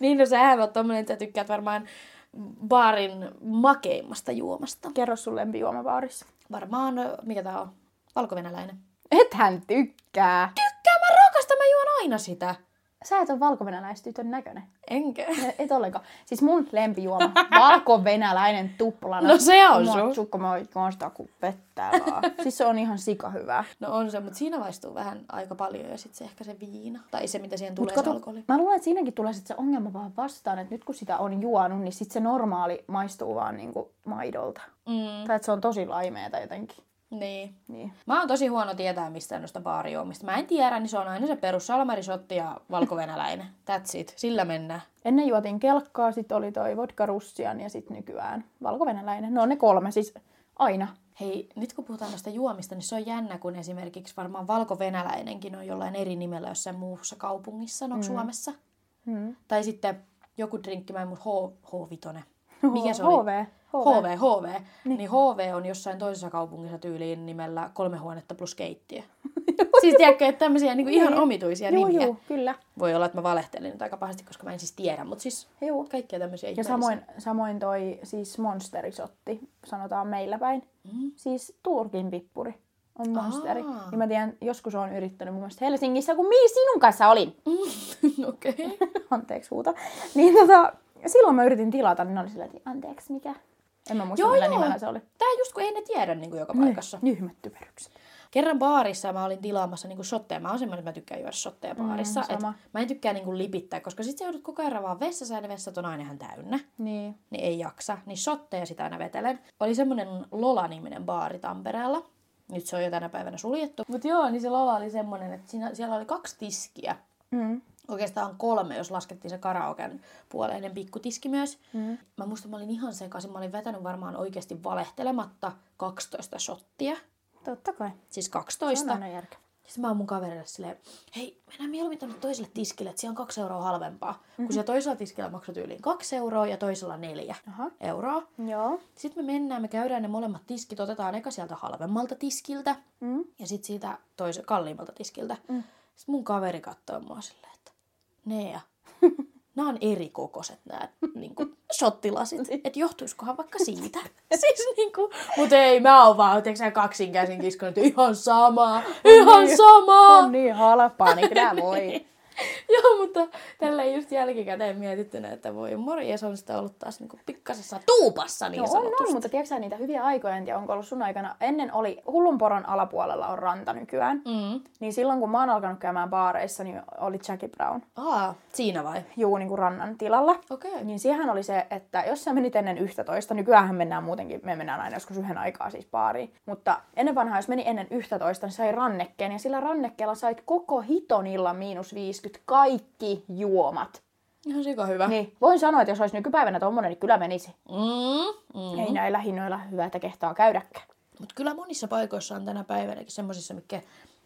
[SPEAKER 2] Niin no sähän on tommonen, että tykkäät varmaan baarin makeimmasta juomasta.
[SPEAKER 3] Kerro sun lempijuomavaarissa.
[SPEAKER 2] Varmaan, ö, mikä tää on? Valkovenäläinen.
[SPEAKER 3] Ethän tykkää.
[SPEAKER 2] Tykkää, mä rakastan, mä juon aina sitä.
[SPEAKER 3] Sä et ole valkovenäläistytön näköinen.
[SPEAKER 2] Enkä.
[SPEAKER 3] Et ollenkaan. Siis mun lempijuoma, valkovenäläinen tuplana.
[SPEAKER 2] No se on sun.
[SPEAKER 3] sun. Sukko, mä oon sitä kuin vettä vaan. siis se on ihan sika hyvää.
[SPEAKER 2] No on se, mutta siinä vaistuu vähän aika paljon ja sitten se ehkä se viina. Tai se, mitä siihen tulee se alkoholi.
[SPEAKER 3] mä luulen, että siinäkin tulee sit se ongelma vaan vastaan, että nyt kun sitä on juonut, niin sit se normaali maistuu vaan niinku maidolta.
[SPEAKER 2] Mm,
[SPEAKER 3] Tai että se on tosi laimeeta jotenkin.
[SPEAKER 2] niin.
[SPEAKER 3] Niin.
[SPEAKER 2] Mä oon tosi huono tietää mistään noista baarijuomista. Mä en tiedä, niin se on aina se perus salmarisotti ja valkovenäläinen. That's it. Sillä mennään.
[SPEAKER 3] Ennen juotiin kelkkaa, sit oli toi vodka russian ja sit nykyään valkovenäläinen. No ne kolme siis aina.
[SPEAKER 2] Hei, nyt kun puhutaan noista juomista, niin se on jännä, kun esimerkiksi varmaan valkovenäläinenkin on jollain eri nimellä jossain muussa kaupungissa, onko mm. Suomessa?
[SPEAKER 3] Mm.
[SPEAKER 2] Tai sitten joku drinkki, mä en mun H, H5. Mikä se oli?
[SPEAKER 3] HV.
[SPEAKER 2] HV, HV. Niin. niin HV on jossain toisessa kaupungissa tyyliin nimellä kolme huonetta plus keittiö. Siis tiedätkö, että tämmöisiä niinku ihan omituisia
[SPEAKER 3] Niin. Joo,
[SPEAKER 2] nimiä.
[SPEAKER 3] joo, kyllä.
[SPEAKER 2] Voi olla, että mä valehtelin nyt aika pahasti, koska mä en siis tiedä, mutta siis
[SPEAKER 3] Joo.
[SPEAKER 2] kaikkia tämmöisiä
[SPEAKER 3] Ja
[SPEAKER 2] ihmeellisiä.
[SPEAKER 3] samoin, samoin toi siis monsterisotti, sanotaan meillä päin.
[SPEAKER 2] Mm.
[SPEAKER 3] Siis Turkin vippuri on monsteri.
[SPEAKER 2] Aa.
[SPEAKER 3] Ja mä tiedän, joskus on yrittänyt mun mielestä Helsingissä, kun minä sinun kanssa olin.
[SPEAKER 2] Okei. Okay.
[SPEAKER 3] Anteeksi huuta. Niin tota, silloin mä yritin tilata, niin ne oli silleen, että anteeksi mikä? En mä muista,
[SPEAKER 2] Joo,
[SPEAKER 3] millä
[SPEAKER 2] joo.
[SPEAKER 3] nimellä se oli.
[SPEAKER 2] Tää just kun ei ne tiedä niin kuin joka paikassa.
[SPEAKER 3] Niin. Nyhmät typerykset.
[SPEAKER 2] Kerran baarissa mä olin tilaamassa niin shotteja. Mä oon semmoinen, että mä tykkään juoda shotteja baarissa. Mm,
[SPEAKER 3] sama.
[SPEAKER 2] mä en tykkää niin kuin lipittää, koska sit sä joudut koko ajan vaan vessassa ja ne vessat on aina ihan täynnä.
[SPEAKER 3] Niin.
[SPEAKER 2] Niin ei jaksa. Niin shotteja sitä aina vetelen. Oli semmoinen Lola-niminen baari Tampereella. Nyt se on jo tänä päivänä suljettu. Mut joo, niin se Lola oli semmoinen, että siinä, siellä oli kaksi tiskiä.
[SPEAKER 3] Mm.
[SPEAKER 2] Oikeastaan kolme, jos laskettiin se karaoken puoleinen pikkutiski myös. Mm. Mä muistan, mä olin ihan sekaisin. Mä olin vetänyt varmaan oikeasti valehtelematta 12 shottia.
[SPEAKER 3] Totta kai.
[SPEAKER 2] Siis
[SPEAKER 3] On
[SPEAKER 2] 12.
[SPEAKER 3] aina järkeä.
[SPEAKER 2] Sitten mä oon mun kaverille silleen, hei, mennään mieluummin tänne toiselle tiskille, että siellä on kaksi euroa halvempaa. Mm-hmm. Kun siellä toisella tiskillä maksoi tyyliin kaksi euroa ja toisella neljä
[SPEAKER 3] Aha.
[SPEAKER 2] euroa.
[SPEAKER 3] Joo.
[SPEAKER 2] Sitten me mennään, me käydään ne molemmat tiskit, otetaan eka sieltä halvemmalta tiskiltä
[SPEAKER 3] Mm.
[SPEAKER 2] ja sitten siitä toisen kalliimmalta tiskiltä. Mm. Sitten mun kaveri katsoo mua silleen, että Nea, nämä on eri kokoiset nämä niinku, shottilasit.
[SPEAKER 3] Niin.
[SPEAKER 2] Että johtuisikohan vaikka siitä. siis niinku, mut ei, mä oon vaan, ootko sä kaksinkäsin kiskonut, ihan sama, ihan sama.
[SPEAKER 3] niin. On niin halpaa, niin kyllä voi.
[SPEAKER 2] Joo, mutta tällä just jälkikäteen mietittynä, että voi morjes on sitä ollut taas niinku pikkasessa tuupassa niin
[SPEAKER 3] No
[SPEAKER 2] no,
[SPEAKER 3] on,
[SPEAKER 2] sanotusti.
[SPEAKER 3] on, mutta tiedätkö sä niitä hyviä aikoja, en tiedä onko ollut sun aikana. Ennen oli, hullunporon alapuolella on ranta nykyään. Mm.
[SPEAKER 2] Mm.
[SPEAKER 3] Niin silloin kun mä oon alkanut käymään baareissa, niin oli Jackie Brown.
[SPEAKER 2] Aa, siinä vai?
[SPEAKER 3] Juu, niin kuin rannan tilalla.
[SPEAKER 2] Okei. Okay.
[SPEAKER 3] Niin sehän oli se, että jos sä menit ennen 11, nykyään mennään muutenkin, me mennään aina joskus yhden aikaa siis baariin. Mutta ennen vanhaa, jos meni ennen 11, niin sai rannekkeen ja sillä rannekkeella sait koko hitonilla miinus 50 kaikki juomat.
[SPEAKER 2] Ihan sika hyvä.
[SPEAKER 3] Niin, voin sanoa, että jos olisi nykypäivänä tommonen, niin kyllä menisi.
[SPEAKER 2] Mm, mm.
[SPEAKER 3] Mm. Ei näillä hinnoilla hyvää, että kehtaa käydäkään.
[SPEAKER 2] Mutta kyllä monissa paikoissa on tänä päivänäkin semmoisissa, mikä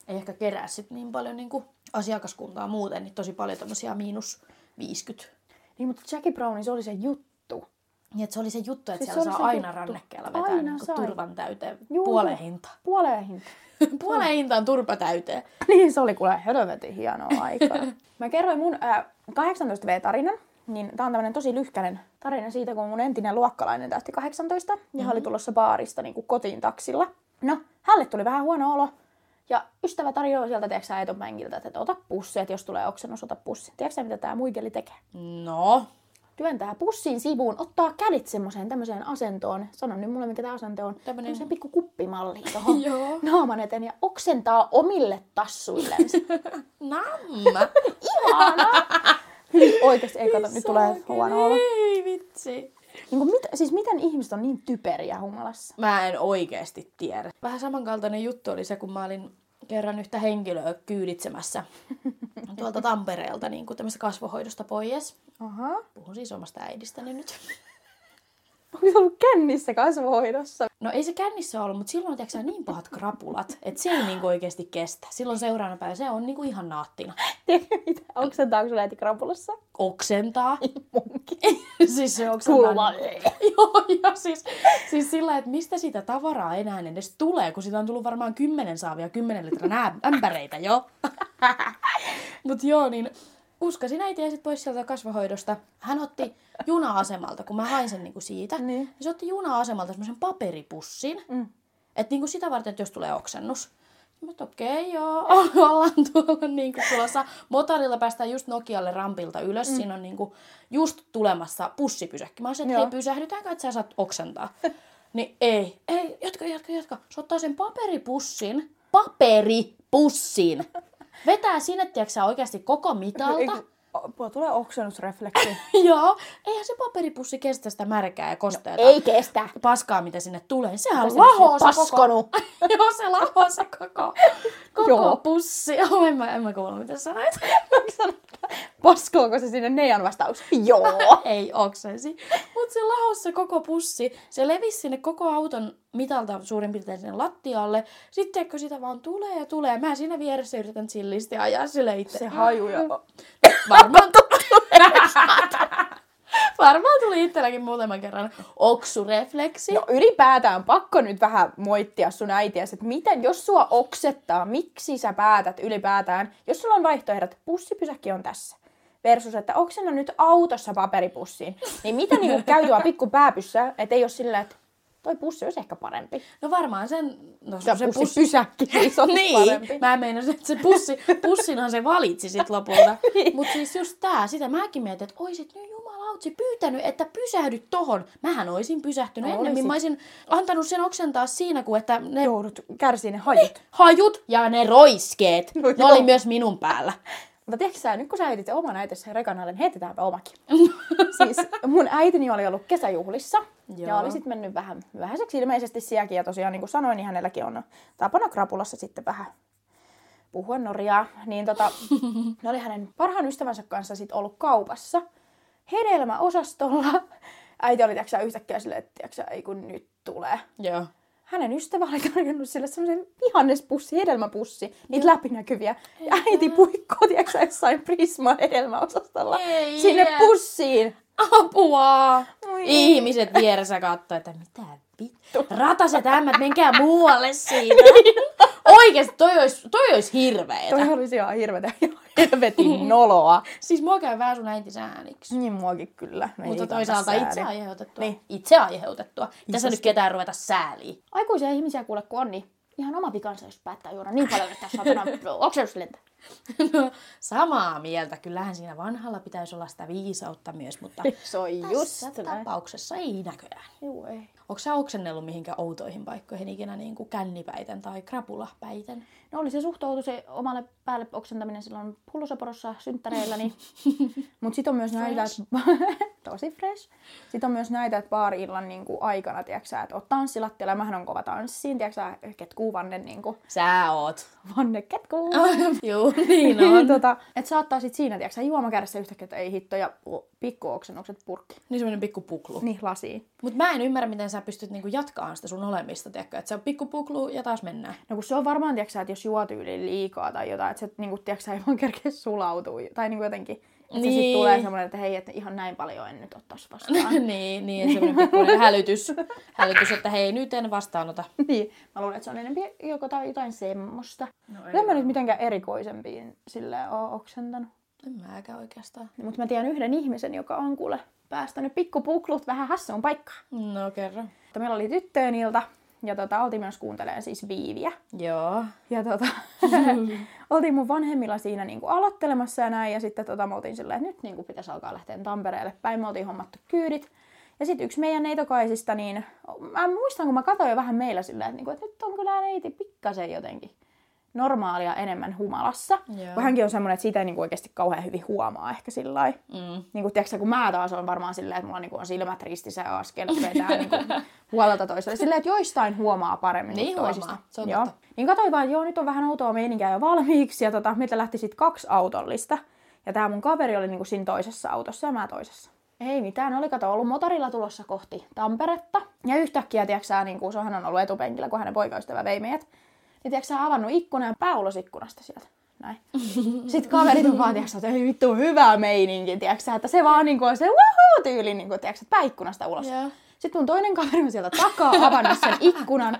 [SPEAKER 2] ei ehkä kerää sit niin paljon niinku asiakaskuntaa muuten, niin tosi paljon tämmöisiä miinus 50.
[SPEAKER 3] Niin, mutta Jackie Brownin se oli se juttu.
[SPEAKER 2] Niin että se oli se juttu, että
[SPEAKER 3] Siis
[SPEAKER 2] siellä
[SPEAKER 3] se oli
[SPEAKER 2] saa
[SPEAKER 3] se
[SPEAKER 2] aina
[SPEAKER 3] juttu.
[SPEAKER 2] rannekkeella vetää
[SPEAKER 3] Aina
[SPEAKER 2] niinku
[SPEAKER 3] sai.
[SPEAKER 2] turvan täyteen
[SPEAKER 3] Juu.
[SPEAKER 2] puoleen hintaan.
[SPEAKER 3] Puoleen hintaan.
[SPEAKER 2] puoleen hintaan turpa täyteen.
[SPEAKER 3] niin, se oli kuule helvetin hienoa aikaa. Mä kerroin mun äh, 18V-tarinan. Niin tää on tämmönen tosi lyhkäinen tarina siitä, kun mun entinen luokkalainen täytti 18 ja mm-hmm.
[SPEAKER 2] Mhm.
[SPEAKER 3] oli tulossa baarista niin kuin kotiin taksilla. No, hälle tuli vähän huono olo. Ja ystävä tarjoaa sieltä, tiedätkö sä, etupänkiltä, että ota pussi, että jos tulee oksennus, ota pussi. Tiedätkö sä, mitä tää muikeli tekee?
[SPEAKER 2] No,
[SPEAKER 3] Työntää pussin sivuun, ottaa kädet semmoiseen tämmöiseen asentoon. Sano nyt mulle, mikä tää asento on.
[SPEAKER 2] Tämmönen-
[SPEAKER 3] Tämmöiseen pikku kuppimalliin tohon
[SPEAKER 2] Joo.
[SPEAKER 3] naaman eteen ja oksentaa omille tassuilleen.
[SPEAKER 2] namma.
[SPEAKER 3] Ihanaa! Hyvin oikeasti, ei kato, nyt tulee huono olo.
[SPEAKER 2] Ei vitsi.
[SPEAKER 3] Niin kuin mit, siis miten ihmiset on niin typeriä humalassa?
[SPEAKER 2] Mä en oikeasti tiedä. Vähän samankaltainen juttu oli se, kun mä olin kerran yhtä henkilöä kyyditsemässä tuolta Tampereelta niin kuin tämmöistä kasvohoidosta pois.
[SPEAKER 3] Aha.
[SPEAKER 2] Puhun siis omasta äidistäni nyt.
[SPEAKER 3] Onko se ollut kännissä kasvohoidossa?
[SPEAKER 2] No ei se kännissä ollut, mutta silloin tiedätkö, sä, niin pahat krapulat, että se ei niinku oikeasti kestä. Silloin seuraavana päivänä se on niinku ihan naattina.
[SPEAKER 3] Tiedätkö mitä? Oksentaako sulla äiti krapulassa?
[SPEAKER 2] Oksentaa.
[SPEAKER 3] Munkin.
[SPEAKER 2] siis se
[SPEAKER 3] Kulma.
[SPEAKER 2] oksentaa. Joo, ja siis, siis sillä, että mistä sitä tavaraa enää edes tulee, kun sitä on tullut varmaan kymmenen saavia, kymmenen litran ää- ämpäreitä jo. Mut joo, niin kuskasin äitiä sit pois sieltä kasvahoidosta. Hän otti juna-asemalta, kun mä hain sen niinku siitä.
[SPEAKER 3] Niin.
[SPEAKER 2] Niin se otti juna-asemalta semmoisen paperipussin. Mm. Että niinku sitä varten, että jos tulee oksennus. Mä oon, että okei, joo, ollaan tuolla niinku tulossa. Motorilla päästään just Nokialle rampilta ylös. Mm. Siinä on niinku just tulemassa pussipysäkki. Mä oon se, että
[SPEAKER 3] Joo.
[SPEAKER 2] hei, pysähdytäänkö, että sä saat oksentaa. niin ei, ei, jatka, jatka, jatka. Se ottaa sen paperipussin, paperipussin. Vetää sinne, tiedätkö sä, oikeasti koko mitalta.
[SPEAKER 3] Mulla tulee oksennusrefleksi.
[SPEAKER 2] Joo, eihän se paperipussi kestä sitä märkää ja kosteita.
[SPEAKER 3] Ei kestä.
[SPEAKER 2] Paskaa, No mitä sinne tulee. Sehän
[SPEAKER 3] Tässä
[SPEAKER 2] lahoo se
[SPEAKER 3] on
[SPEAKER 2] koko.
[SPEAKER 3] paskonut.
[SPEAKER 2] Joo, se lahoo se koko, koko
[SPEAKER 3] Joo.
[SPEAKER 2] pussi. Oh, en, mä, en mä kuullut, mitä sanoit.
[SPEAKER 3] Paskoonko se sinne Neijan vastaus? Joo.
[SPEAKER 2] Ei oksensi. Mut se lahos se koko pussi. Se levisi sinne koko auton mitalta suurin piirtein sinne lattialle. Sitten kun sitä vaan tulee ja tulee. Mä siinä vieressä yritän chillisti ajaa sille itse.
[SPEAKER 3] Se haju ja...
[SPEAKER 2] Varmaan tulee. Varmaan tuli itselläkin muutaman kerran oksurefleksi.
[SPEAKER 3] No ylipäätään pakko nyt vähän moittia sun äitiäsi, että miten, jos sua oksettaa, miksi sä päätät ylipäätään, jos sulla on vaihtoehdot, että pussipysäkki on tässä, versus että oksenna nyt autossa paperipussiin, niin miten niinku käy tuo pikku pääpyssä, että ei ole silleen, että toi pussi olisi ehkä parempi.
[SPEAKER 2] No varmaan sen... No,
[SPEAKER 3] Se
[SPEAKER 2] se
[SPEAKER 3] pussi pysäkki, siis on
[SPEAKER 2] niin,
[SPEAKER 3] parempi.
[SPEAKER 2] mä meinasin, että se pussi, pussinhan se valitsi sit lopulta.
[SPEAKER 3] Niin.
[SPEAKER 2] Mut siis just tää, sitä mäkin mietin, että oisit nyt jumalautsi pyytänyt, että pysähdy tohon. Mähän oisin pysähtynyt
[SPEAKER 3] No,
[SPEAKER 2] ennemmin.
[SPEAKER 3] oisit.
[SPEAKER 2] Mä oisin antanut sen oksentaa siinä, kun että ne
[SPEAKER 3] Joudut kärsii ne hajut.
[SPEAKER 2] hajut ja ne roiskeet,
[SPEAKER 3] No
[SPEAKER 2] ne
[SPEAKER 3] joo.
[SPEAKER 2] oli myös minun päällä.
[SPEAKER 3] Mutta tiedätkö sä, nyt kun sä äitit oman äitisi rekanalle, niin heitetäänpä omakin. siis mun äitini oli ollut kesäjuhlissa ja
[SPEAKER 2] Joo.
[SPEAKER 3] oli sitten mennyt vähän vähäiseksi ilmeisesti sielläkin. Ja tosiaan niin kuin sanoin, niin hänelläkin on tapana krapulassa sitten vähän puhua norjaa. Niin tota, ne oli hänen parhaan ystävänsä kanssa sitten ollut kaupassa hedelmäosastolla. Äiti oli tiiäksä, yhtäkkiä silleen, että tiiäksä, ei kun nyt tulee.
[SPEAKER 2] Joo.
[SPEAKER 3] Hänen ystävä oli tarjonnut sille semmoisen vihannespussi, hedelmäpussi, niitä läpinäkyviä. Ja äiti puikkoo, tiedätkö sä, jossain Prisma hedelmäosastolla
[SPEAKER 2] Ei
[SPEAKER 3] sinne
[SPEAKER 2] jää.
[SPEAKER 3] pussiin.
[SPEAKER 2] Apua!
[SPEAKER 3] Voi
[SPEAKER 2] Ihmiset vieressä katsoo, että mitä vittu. Rataset ämmät, menkää muualle siitä. Oikeesti, toi ois, toi ois hirveetä.
[SPEAKER 3] Niin. Toi olisi ihan hirvetä, ihan helvetin noloa.
[SPEAKER 2] Siis mua käy vähän sun äiti sääniksi.
[SPEAKER 3] Niin muakin kyllä. No ei
[SPEAKER 2] Mutta
[SPEAKER 3] kannata
[SPEAKER 2] toisaalta
[SPEAKER 3] sääli.
[SPEAKER 2] itse aiheutettua.
[SPEAKER 3] Niin.
[SPEAKER 2] Itse aiheutettua. Tässä nyt ketään ruveta sääliin.
[SPEAKER 3] Aikuisia ihmisiä kuule kun on, niin ihan oma vikansa, jos päättää juoda niin paljon, että saatana oksennus lentää.
[SPEAKER 2] No, samaa mieltä. Kyllähän siinä vanhalla pitäisi olla sitä viisautta myös, mutta
[SPEAKER 3] Se on just
[SPEAKER 2] tässä
[SPEAKER 3] näin.
[SPEAKER 2] tapauksessa ei näköjään.
[SPEAKER 3] Juu, ei.
[SPEAKER 2] Onko sä oksennellut mihinkään outoihin paikkoihin ikinä niin kuin kännipäiten tai krapulapäiten?
[SPEAKER 3] No oli se suhtautu se omalle päälle oksentaminen silloin pullusaporossa synttäreillä, niin... Mutta sitten on myös näitä, että... tosi fresh. Sitten on myös näitä, että baari-illan niinku aikana, tiiäksä, että oot tanssilattialla, ja mähän on kova tanssiin, tiiäksä, ketkuu vanne, niinku,
[SPEAKER 2] Sä oot.
[SPEAKER 3] vanne ketkuu.
[SPEAKER 2] Joo, niin
[SPEAKER 3] Niin,
[SPEAKER 2] on.
[SPEAKER 3] tota, että saattaa sitten siinä, tiiäksä, juomakärjessä yhtäkkiä, että ei hitto, ja o- pikkuoksennukset purkki.
[SPEAKER 2] Niin semmoinen pikkupuklu.
[SPEAKER 3] Niin, lasiin.
[SPEAKER 2] Mutta mä en ymmärrä, miten sä pystyt niinku jatkaan sitä sun olemista, tiedätkö? Että se on pikkupuklu ja taas mennään.
[SPEAKER 3] No kun se on varmaan, tiiäksä, että jos juo tyyliin liikaa tai jotain, että se niinku, tiiäksä, ei vaan kerkeä sulautuu. Tai niinku jotenkin, että niin. se
[SPEAKER 2] Niin.
[SPEAKER 3] sitten tulee semmoinen, että hei, että ihan näin paljon en nyt ottaisi vastaan.
[SPEAKER 2] niin, niin, semmoinen pikkuinen hälytys. Hälytys, että hei, nyt en vastaanota.
[SPEAKER 3] niin, mä luulen, että se on enemmän joko tai jotain semmoista. No, en mä nyt mitenkään erikoisempiin silleen oo oksentanut.
[SPEAKER 2] En mäkään oikeastaan.
[SPEAKER 3] Mutta mä tiedän yhden ihmisen, joka on kuule päästänyt pikkupuklut vähän hassuun paikkaan.
[SPEAKER 2] No kerro.
[SPEAKER 3] Mutta meillä oli tyttöön ilta ja tota, oltiin myös kuuntelemaan siis viiviä.
[SPEAKER 2] Joo.
[SPEAKER 3] Ja tota, oltiin mun vanhemmilla siinä niinku aloittelemassa ja näin. Ja sitten tota, me oltiin silleen, että nyt niinku pitäisi alkaa lähteä Tampereelle päin. Me oltiin hommattu kyydit. Ja sitten yksi meidän neitokaisista, niin mä muistan, kun mä katsoin jo vähän meillä silleen, että, niinku, että nyt on kyllä neiti pikkasen jotenkin normaalia enemmän humalassa.
[SPEAKER 2] Joo.
[SPEAKER 3] Kun hänkin on semmoinen, että siitä ei niinku oikeasti kauhean hyvin huomaa ehkä sillä lailla.
[SPEAKER 2] Mm.
[SPEAKER 3] Niin kuin, tiiäksä, kun mä taas on varmaan silleen, että mulla niinku on silmät ristissä ja askelet vetää niinku puolelta toiselle. Silleen, että joistain huomaa paremmin
[SPEAKER 2] Niin
[SPEAKER 3] kuin
[SPEAKER 2] huomaa.
[SPEAKER 3] toisista.
[SPEAKER 2] Se on
[SPEAKER 3] joo.
[SPEAKER 2] totta.
[SPEAKER 3] Niin katsoin vaan, että joo, nyt on vähän outoa meininkiä jo valmiiksi. Ja tota, meiltä lähti sitten kaksi autollista. Ja tämä mun kaveri oli niinku siinä toisessa autossa ja mä toisessa. Ei mitään, oli kato ollut motorilla tulossa kohti Tamperetta. Ja yhtäkkiä, tiiäksä, niin kuin sehän on ollut etupenkillä, kun hänen poikaystävä vei meidät. Niin tiiäksä, avannut ikkunan ja pää ulos ikkunasta sieltä. Näin. Sitten kaverit on vaan, tiiäksä, että ei vittu hyvä meininki, tiiäksä, että se vaan niin kuin, on se woohoo tyyli, niin kuin, tiiäksä, pää ikkunasta ulos.
[SPEAKER 2] Joo.
[SPEAKER 3] Sitten mun toinen kaveri on sieltä takaa avannut sen ikkunan,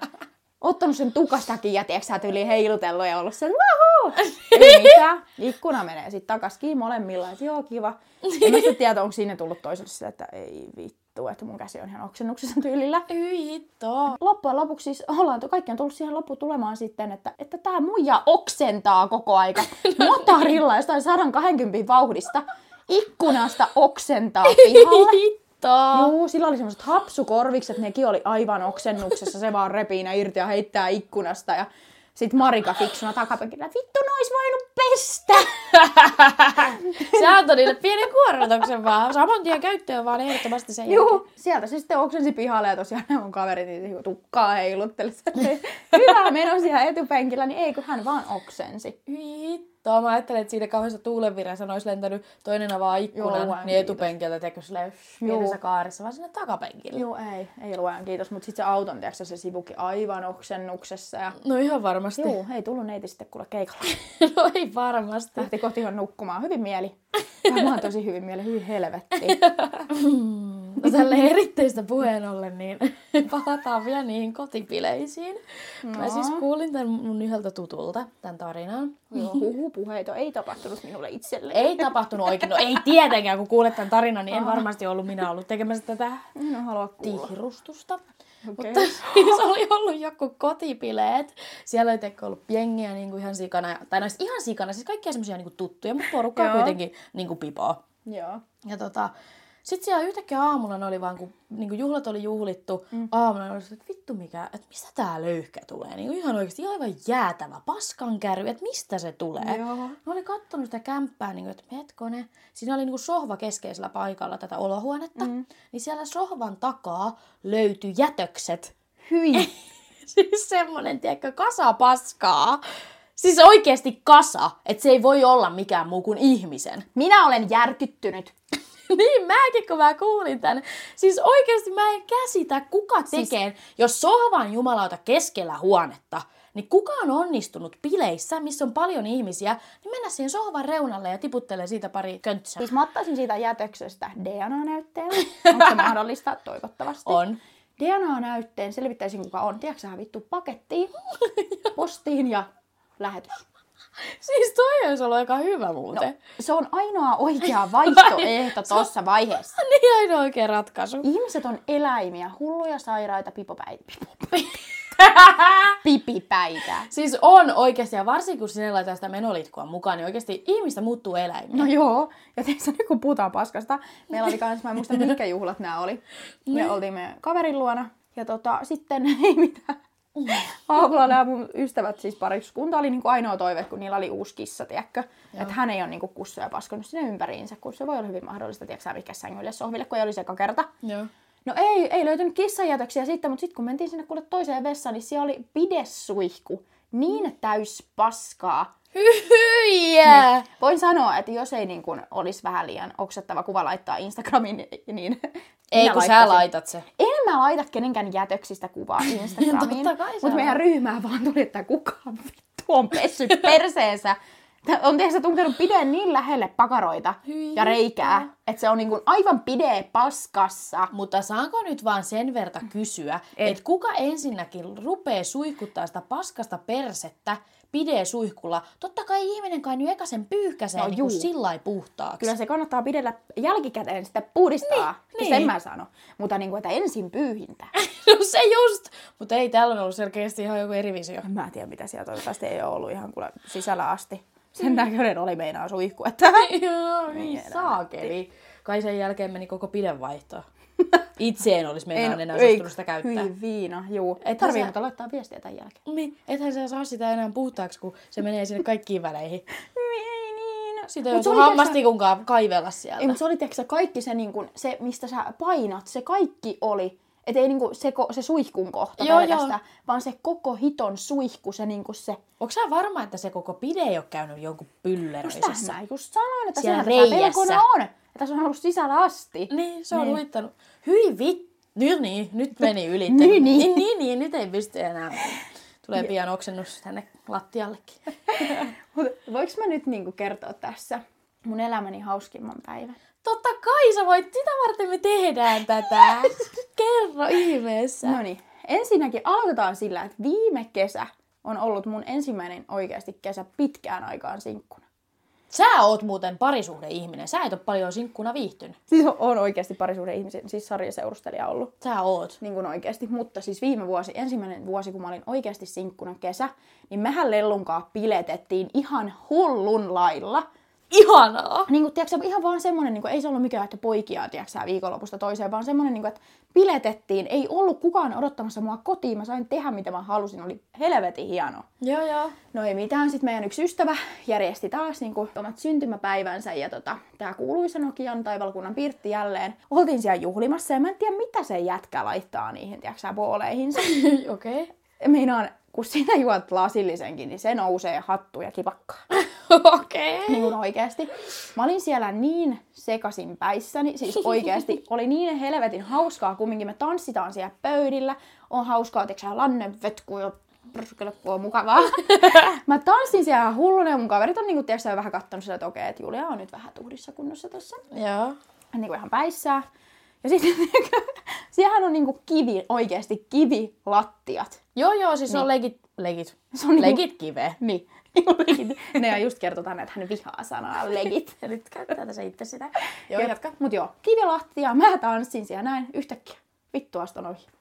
[SPEAKER 3] ottanut sen tukastakin ja tiiäksä, tyyli heilutellut ja ollut sen woohoo. Ei mitään. Ikkuna menee sitten takas kiinni molemmilla, että joo kiva. En mä sitten tiedä, onko siinä tullut toiselle sitä, että ei vittu, että mun käsi on ihan oksennuksessa tyylillä.
[SPEAKER 2] Hyi hitto.
[SPEAKER 3] Loppujen lopuksi siis ollaan, kaikki on tullut siihen lopputulemaan sitten, että, että tämä muija oksentaa koko aika motorilla jostain 120 vauhdista ikkunasta oksentaa pihalle.
[SPEAKER 2] Hitto.
[SPEAKER 3] Juu, sillä oli semmoiset hapsukorvikset, nekin oli aivan oksennuksessa, se vaan repii ne irti ja heittää ikkunasta ja sitten Marika fiksuna takapenkillä, vittu nois voinut pestä!
[SPEAKER 2] Sä antoi niille pienen kuorrutuksen vaan. Saman tien käyttöön vaan ehdottomasti sen
[SPEAKER 3] Juu, sieltä se sitten oksensi pihalle ja tosiaan ne mun kaverit niin niinku tukkaa heilutteli. Hyvä, menon siellä etupenkillä, niin ei kun hän vaan oksensi.
[SPEAKER 2] jälkeen. Hyi hitto. Tuo mä ajattelin, että siinä kauheassa tuulenvireessä olisi lentänyt toinen avaa ikkunan,
[SPEAKER 3] Joo,
[SPEAKER 2] Joo,
[SPEAKER 3] en
[SPEAKER 2] niin etupenkiltä, tiedätkö, silleen
[SPEAKER 3] Joo.
[SPEAKER 2] pienessä kaaressa, vaan sinne takapenkille.
[SPEAKER 3] Joo, ei, ei luen, kiitos. Mutta sitten se auton, tiedätkö, se sivukin aivan oksennuksessa. Ja...
[SPEAKER 2] No ihan varmasti.
[SPEAKER 3] Joo, ei tullut neiti sitten kuule keikalla.
[SPEAKER 2] no ei varmasti.
[SPEAKER 3] Lähti kotiin nukkumaan. Hyvin mieli. Mä oon tosi hyvin mieli, hyvin helvetti.
[SPEAKER 2] No tälleen eritteistä puheen ollen, niin palataan vielä niihin kotipileisiin. No. Mä siis kuulin tämän mun yhdeltä tutulta, tämän tarinan.
[SPEAKER 3] Joo, huhupuheita ei tapahtunut minulle itselle.
[SPEAKER 2] Ei tapahtunut oikein. No ei tietenkään, kun kuulet tämän tarinan, niin en varmasti ollut minä ollut tekemässä tätä
[SPEAKER 3] En halua kuulla.
[SPEAKER 2] tihrustusta.
[SPEAKER 3] Okei.
[SPEAKER 2] Mutta siis oli ollut joku kotipileet. Siellä oli teikö ollut jengiä niin kuin ihan sikana. ja- Tai no siis ihan sikana, siis kaikkia semmoisia niin kuin tuttuja, mutta porukkaa
[SPEAKER 3] Joo.
[SPEAKER 2] kuitenkin niin kuin pipoa.
[SPEAKER 3] Joo.
[SPEAKER 2] Ja tota, sitten siellä yhtäkkiä aamulla ne oli vaan, kun niinku juhlat oli juhlittu, mm. aamulla ne oli sit, että vittu mikä, että mistä tää löyhkä tulee? Niinku ihan oikeasti aivan jäätävä paskankäry, että mistä se tulee?
[SPEAKER 3] Joo.
[SPEAKER 2] Ne oli kattonut sitä kämppää, niinku, että hetkone, siinä oli niinku sohva keskeisellä paikalla tätä olohuonetta, mm. niin siellä sohvan takaa löytyi jätökset.
[SPEAKER 3] Hyi.
[SPEAKER 2] siis semmonen, tiedätkö, kasa paskaa. Siis oikeasti kasa, että se ei voi olla mikään muu kuin ihmisen.
[SPEAKER 3] Minä olen järkyttynyt.
[SPEAKER 2] niin mäkin, kun mä kuulin tän. Siis oikeasti mä en käsitä, kuka tekee. Siis... Jos sohva on jumalauta keskellä huonetta, niin kuka on onnistunut pileissä, missä on paljon ihmisiä, niin mennä siihen sohvan reunalle ja tiputtelee siitä pari köntsää.
[SPEAKER 3] Siis mä ottaisin siitä jätöksestä DNA-näytteen. Onko se mahdollista? Toivottavasti.
[SPEAKER 2] On.
[SPEAKER 3] DNA-näytteen selvittäisin, kuka on. Tiedätkö sä vittu pakettiin, postiin ja lähetys.
[SPEAKER 2] Siis toi olisi ollut aika hyvä muuten. No.
[SPEAKER 3] Se on ainoa oikea vaihtoehto
[SPEAKER 2] Se on-
[SPEAKER 3] tuossa vaiheessa.
[SPEAKER 2] Niin ainoa oikea ratkaisu.
[SPEAKER 3] Ihmiset on eläimiä, hulluja, sairaita, pipopäitä. Pipipäitä.
[SPEAKER 2] Siis on oikeasti, ja varsinkin kun sinne laitetaan sitä menolitkua mukaan, niin oikeasti ihmistä muuttuu eläimiä.
[SPEAKER 3] No joo, ja tässä nyt kun puhutaan paskasta, meillä oli kans, mä en muista mitkä juhlat nämä oli.
[SPEAKER 2] Niin.
[SPEAKER 3] Me oltiin meidän kaverin luona, ja tota, sitten ei mitään. Aamulla nämä mun ystävät, siis pariskunta, oli niinku ainoa toive, kun niillä oli uusi kissa, tiedätkö? Että hän ei ole niinku kussuja paskonut sinne ympäriinsä, kun se voi olla hyvin mahdollista, tiedätkö sä, mikä sängylle sohville, kun ei olisi eka kerta.
[SPEAKER 2] Joo.
[SPEAKER 3] No ei, ei löytynyt kissanjätöksiä sitten, mutta sitten kun mentiin sinne kuule toiseen vessaan, niin siellä oli pidesuihku.
[SPEAKER 2] Mm.
[SPEAKER 3] Niin täys paskaa.
[SPEAKER 2] Hyjää!
[SPEAKER 3] Voin sanoa, että jos ei niin kun, olisi vähän liian oksettava kuva laittaa Instagramiin, niin
[SPEAKER 2] Ei
[SPEAKER 3] minä
[SPEAKER 2] kun sä
[SPEAKER 3] laittaisin.
[SPEAKER 2] laitat se.
[SPEAKER 3] En mä laita kenenkään jätöksistä kuvaa Instagramiin,
[SPEAKER 2] Totta kai sä
[SPEAKER 3] mutta meidän ryhmään vaan tuli, että kuka vittu on pessyt perseensä. Tää On tiedätkö tunkenut pideen niin lähelle pakaroita
[SPEAKER 2] Hyi
[SPEAKER 3] ja reikää, että se on niin kun aivan pidee paskassa.
[SPEAKER 2] Mutta saanko nyt vaan sen verta kysyä, että kuka ensinnäkin rupeaa suihkuttaa sitä paskasta persettä pidee suihkulla? Totta kai ihminen kai nyt eka sen pyyhkäsee
[SPEAKER 3] No
[SPEAKER 2] no, niin
[SPEAKER 3] juu.
[SPEAKER 2] kuin sillä lailla puhtaaksi.
[SPEAKER 3] Kyllä se kannattaa pidellä jälkikäteen sitä puhdistaa. Niin,
[SPEAKER 2] niin.
[SPEAKER 3] Sen mä sano. Mutta niin kuin, että ensin pyyhintä.
[SPEAKER 2] No se just! Mutta ei täällä on ollut selkeästi ihan joku eri visio.
[SPEAKER 3] En mä tiedä, mitä siellä toivottavasti ei ole ollut ihan kuule sisällä asti. Sen näköinen oli meinaa suihku, että...
[SPEAKER 2] Joo, niin saakeli. Kai sen jälkeen meni koko pidevaihto. Itse en olisi meinaan enää suostunut sitä käyttää.
[SPEAKER 3] Hyi viina, juu. Ei
[SPEAKER 2] Että
[SPEAKER 3] tarvii
[SPEAKER 2] sä-
[SPEAKER 3] muuta laittaa viestiä tämän jälkeen.
[SPEAKER 2] Niin, ethän sä saa sitä enää puhtaaksi, kun se menee sinne kaikkiin väleihin.
[SPEAKER 3] Ei niin.
[SPEAKER 2] Sitä
[SPEAKER 3] Mut se
[SPEAKER 2] joutuu
[SPEAKER 3] oli, tiiäks sä-
[SPEAKER 2] hammastikunkaan kaivella sieltä.
[SPEAKER 3] Ei, mutta se oli tiiäksä, kaikki se, niin kun, se, mistä sä painat, se kaikki oli. Että ei niin kun, se, ko- se suihkun kohta
[SPEAKER 2] Joo,
[SPEAKER 3] joo, pelkästään, joo. vaan se koko hiton suihku, se, niin kun, se
[SPEAKER 2] Onko sä varma, että se koko pide ei ole käynyt jonkun pylleröisessä?
[SPEAKER 3] Tähän mä just sanoin, että
[SPEAKER 2] Siellä
[SPEAKER 3] siellä tässä
[SPEAKER 2] reiässä.
[SPEAKER 3] pelkona on. Ja tässä on ollut sisällä asti.
[SPEAKER 2] Niin, se on niin. uittanut. Hyi vittu. Nyt niin, nyt meni yli.
[SPEAKER 3] Niin, niin.
[SPEAKER 2] niin, niin, niin, nyt ei pysty enää. Tulee pian oksennus tänne lattiallekin.
[SPEAKER 3] Mut voiko mä nyt niinku kertoa tässä mun elämäni hauskimman päivän?
[SPEAKER 2] Totta kai sä voit, sitä varten me tehdään tätä. Kerro ihmeessä.
[SPEAKER 3] No niin, ensinnäkin aloitetaan sillä, että viime kesä on ollut mun ensimmäinen oikeasti kesä pitkään aikaan sinkkuna.
[SPEAKER 2] Sä oot muuten parisuhdeihminen. Sä et ole paljon sinkkuna viihtynyt.
[SPEAKER 3] Siis on- on oikeasti parisuuden ihmisen, siis sarjaseurustelija ollut.
[SPEAKER 2] Sä oot.
[SPEAKER 3] Niin kuin oikeasti, mutta siis viime vuosi, ensimmäinen vuosi, kun mä olin oikeasti sinkkuna kesä, niin mehän Lellunkaa piletettiin ihan hullun lailla.
[SPEAKER 2] Ihanaa.
[SPEAKER 3] niin kuin, tiiäksä, ihan vaan semmoinen, niin kuin, ei se ollut mikään, että poikia tiiäksä, viikonlopusta toiseen, vaan semmoinen, niin kuin, että piletettiin, ei ollut kukaan odottamassa mua kotiin, mä sain tehdä mitä mä halusin, oli helvetin hieno.
[SPEAKER 2] Joo, joo.
[SPEAKER 3] No ei mitään, sitten meidän yksi ystävä järjesti taas niin kuin, omat syntymäpäivänsä ja tota, tämä kuuluisa Nokian taivalkunnan Pirtti jälleen. Oltiin siellä juhlimassa ja mä en tiedä mitä se jätkä laittaa niihin, tiiäksä, booleihinsa.
[SPEAKER 2] Okei.
[SPEAKER 3] Meinaan, kun sinä juot lasillisenkin, niin se nousee hattu ja kipakkaa.
[SPEAKER 2] Okei.
[SPEAKER 3] Niin kuin oikeasti. Mä olin siellä niin sekasin päissäni, siis oikeasti oli niin helvetin hauskaa kumminkin. Me tanssitaan siellä pöydillä, on hauskaa, tiiäksä, lannen vetku ja pyrskele, kun on mukavaa. Mä tanssin siellä hulluna ja mun kaverit on niinku, tiiäksä, vähän kattonut sitä, että okei, että Julia on nyt vähän tuhdissa kunnossa tässä.
[SPEAKER 2] Joo.
[SPEAKER 3] Niinku ihan päissään. Ja sitten siellähän on niinku kivi, oikeasti kivilattiat.
[SPEAKER 2] Joo, joo, siis niin. on legit, legit.
[SPEAKER 3] Se on niinku-
[SPEAKER 2] legit kive.
[SPEAKER 3] Niin. ne on just kertoo tänne, että hän vihaa sanaa legit.
[SPEAKER 2] Ja nyt käyttää tässä itse sitä. Joo,
[SPEAKER 3] Jep.
[SPEAKER 2] jatka.
[SPEAKER 3] Mut joo, kivilahtia, mä tanssin siellä näin yhtäkkiä. Vittu, astun ohi.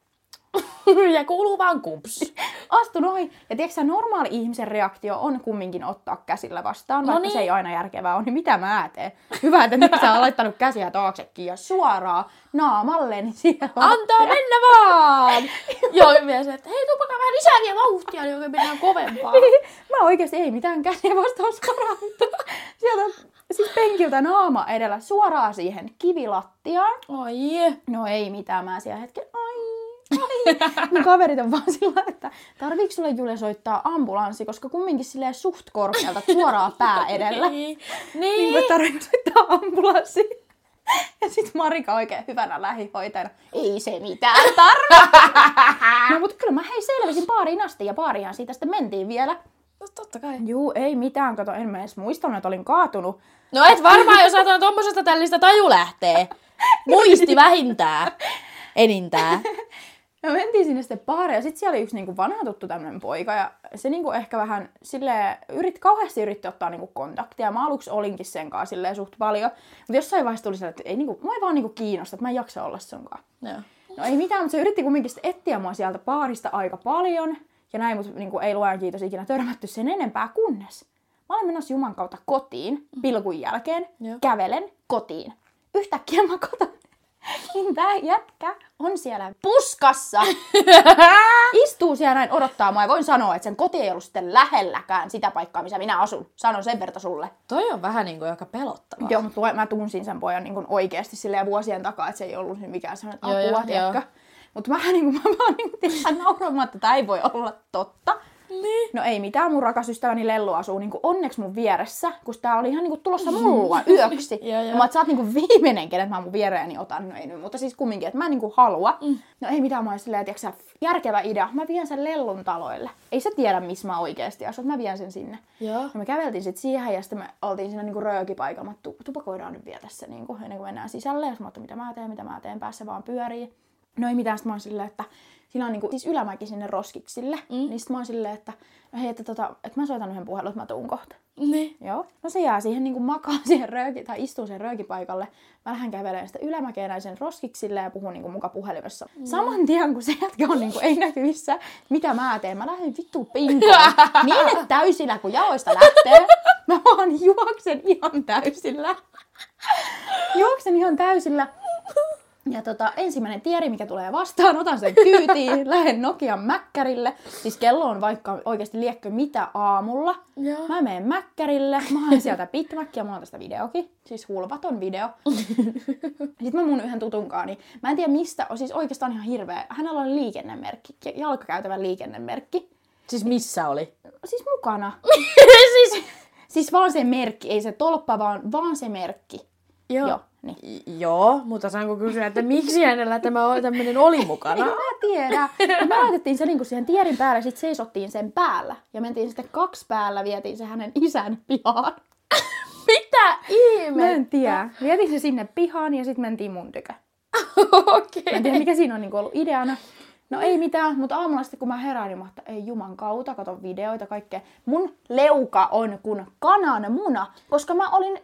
[SPEAKER 2] ja kuuluu vaan kups.
[SPEAKER 3] Astun ohi. Ja tiedätkö sä, normaali ihmisen reaktio on kumminkin ottaa käsillä vastaan, vaikka
[SPEAKER 2] niin.
[SPEAKER 3] se ei aina järkevää ole, niin mitä mä teen? Hyvä, että nyt sä oot laittanut käsiä taaksekin ja suoraan naamalleni siellä.
[SPEAKER 2] Antaa mennä vaan! joo, ja mies, että hei, tupakaa vähän lisää vielä vauhtia, niin oikein mennään kovempaa.
[SPEAKER 3] Mä oikeesti ei mitään käsiä vastaan suoraan. mutta Sieltä siis penkiltä naama edellä suoraan siihen kivilattiaan.
[SPEAKER 2] Oi.
[SPEAKER 3] No ei mitään, mä siellä hetken, ai, ai. Mun kaverit on vaan sillä, että tarviiko sulle Julia soittaa ambulanssi, koska kumminkin silleen suht korkealta suoraan pää edellä.
[SPEAKER 2] Niin.
[SPEAKER 3] Niin kuin
[SPEAKER 2] niin.
[SPEAKER 3] tarviiko soittaa ambulanssi. Ja sit Marika oikein hyvänä lähihoitajana, ei se mitään tarvitse. no mut kyllä mä hei selvisin baariin asti ja baarihan siitä sitten mentiin vielä.
[SPEAKER 2] No, totta kai.
[SPEAKER 3] Juu, ei mitään, kato, en mä edes muistanut, että olin kaatunut.
[SPEAKER 2] No et varmaan, jos ajatellaan tommosesta tällistä taju lähtee. Muisti vähintään. Enintään.
[SPEAKER 3] Me mentiin sinne sitten baariin ja sitten siellä oli yksi niinku vanha tuttu tämmöinen poika ja se niinku ehkä vähän sille yrit, kauheasti yritti ottaa niinku kontaktia. Mä aluksi olinkin sen kanssa silleen suht paljon, mutta jossain vaiheessa tuli se, että ei niinku, mua ei vaan niinku kiinnosta, että mä en jaksa olla sun kanssa.
[SPEAKER 2] Joo.
[SPEAKER 3] No ei mitään, mutta se yritti kumminkin sitten etsiä mua sieltä baarista aika paljon ja näin, mutta niinku ei luojan kiitos ikinä törmätty sen enempää kunnes. Mä olen menossa Juman kautta kotiin pilkun jälkeen,
[SPEAKER 2] Joo.
[SPEAKER 3] kävelen kotiin. Yhtäkkiä mä katon, niin tää jätkä on siellä puskassa istuu siellä näin odottaa mua ja voin sanoa, että sen koti ei ollut sitten lähelläkään sitä paikkaa, missä minä asun. Sanon sen verta sulle.
[SPEAKER 2] Toi on vähän niinku aika pelottavaa.
[SPEAKER 3] Joo, mutta mä tunsin sen pojan niin oikeasti silleen vuosien takaa, että se ei ollut mikään sellainen
[SPEAKER 2] Joo, joo,
[SPEAKER 3] apua, tiedätkö? Mutta mä niin kuin, mä vaan niin kuin, nauramaan, että tämä ei voi olla totta.
[SPEAKER 2] Niin.
[SPEAKER 3] No ei mitään, mun rakas ystäväni Lellu asuu niin kuin onneksi mun vieressä, kun tää oli ihan niin kuin tulossa mullua yöksi.
[SPEAKER 2] Joo, joo.
[SPEAKER 3] Ja mä oon, että sä oot niin kuin viimeinen, kenet mä mun viereeni otan. No ei nyt, mutta siis kumminkin, että mä en niin kuin halua.
[SPEAKER 2] Mm.
[SPEAKER 3] No ei mitään, mä oon silleen, tiiäksä, järkevä idea. Mä vien sen Lellun taloille. Ei se tiedä, missä mä oikeasti asun, mä vien sen sinne.
[SPEAKER 2] Joo.
[SPEAKER 3] No me käveltiin sitten siihen ja sitten me oltiin siinä niinku röökipaikalla, mutta tu- tupakoidaan nyt vielä tässä niinku, ennen kuin mennään sisälle. Ja sit mä ajattelin, mitä mä teen, mitä mä teen, päässä vaan pyörii. No ei mitään, sit mä oon silleen, että siinä on niinku, siis ylämäki sinne roskiksille. Mm. Niin sit mä oon silleen, että no hei, että, tota, että mä soitan yhden puhelun, että mä tuun kohta.
[SPEAKER 2] Niin.
[SPEAKER 3] Joo. No se jää siihen niinku makaa siihen rööki, tai istuu siihen röökipaikalle. Mä lähden kävelemään sitä ylämäkeä näin sen roskiksille ja puhun niinku muka puhelimessa. Saman tien kun se jätkä on niinku ei näkyvissä, mitä mä teen? Mä lähden vittu pinkoon. Niin täysillä kun jaoista lähtee. Mä vaan juoksen ihan täysillä. Juoksen ihan täysillä. Ja tota, ensimmäinen tieri, mikä tulee vastaan, otan sen kyytiin, lähden Nokian mäkkärille. Siis kello on vaikka oikeasti liekkö mitä aamulla.
[SPEAKER 2] Joo.
[SPEAKER 3] Mä menen mäkkärille, mä haen sieltä pitmäkkiä, mulla on tästä videokin. Siis hulvaton video. Sitten mä mun yhden tutunkaan, niin mä en tiedä mistä, on siis oikeastaan ihan hirveä. Hänellä oli liikennemerkki, jalkakäytävän liikennemerkki.
[SPEAKER 2] Siis missä oli?
[SPEAKER 3] Siis mukana.
[SPEAKER 2] siis...
[SPEAKER 3] Siis vaan se merkki, ei se tolppa, vaan, vaan se merkki.
[SPEAKER 2] Joo.
[SPEAKER 3] Joo, niin.
[SPEAKER 2] I- Joo, mutta saanko kysyä, että miksi hänellä tämä oli, tämmöinen oli mukana?
[SPEAKER 3] En mä tiedä. Mut Me laitettiin se niinku siihen tierin päälle ja sit seisottiin sen päällä. Ja mentiin sitten kaksi päällä, vietiin se hänen isän pihaan.
[SPEAKER 2] Mitä ihme?
[SPEAKER 3] Mä en tiedä. Vietiin se sinne pihaan ja sitten mentiin mun tykö.
[SPEAKER 2] Okei.
[SPEAKER 3] Mä en tiedä, mikä siinä on niinku ollut ideana. No ei mitään, mutta aamulla sitten kun mä herään, niin mä ajattelin, että ei juman kautta, katon videoita, kaikkea. Mun leuka on kun kanan muna, koska mä olin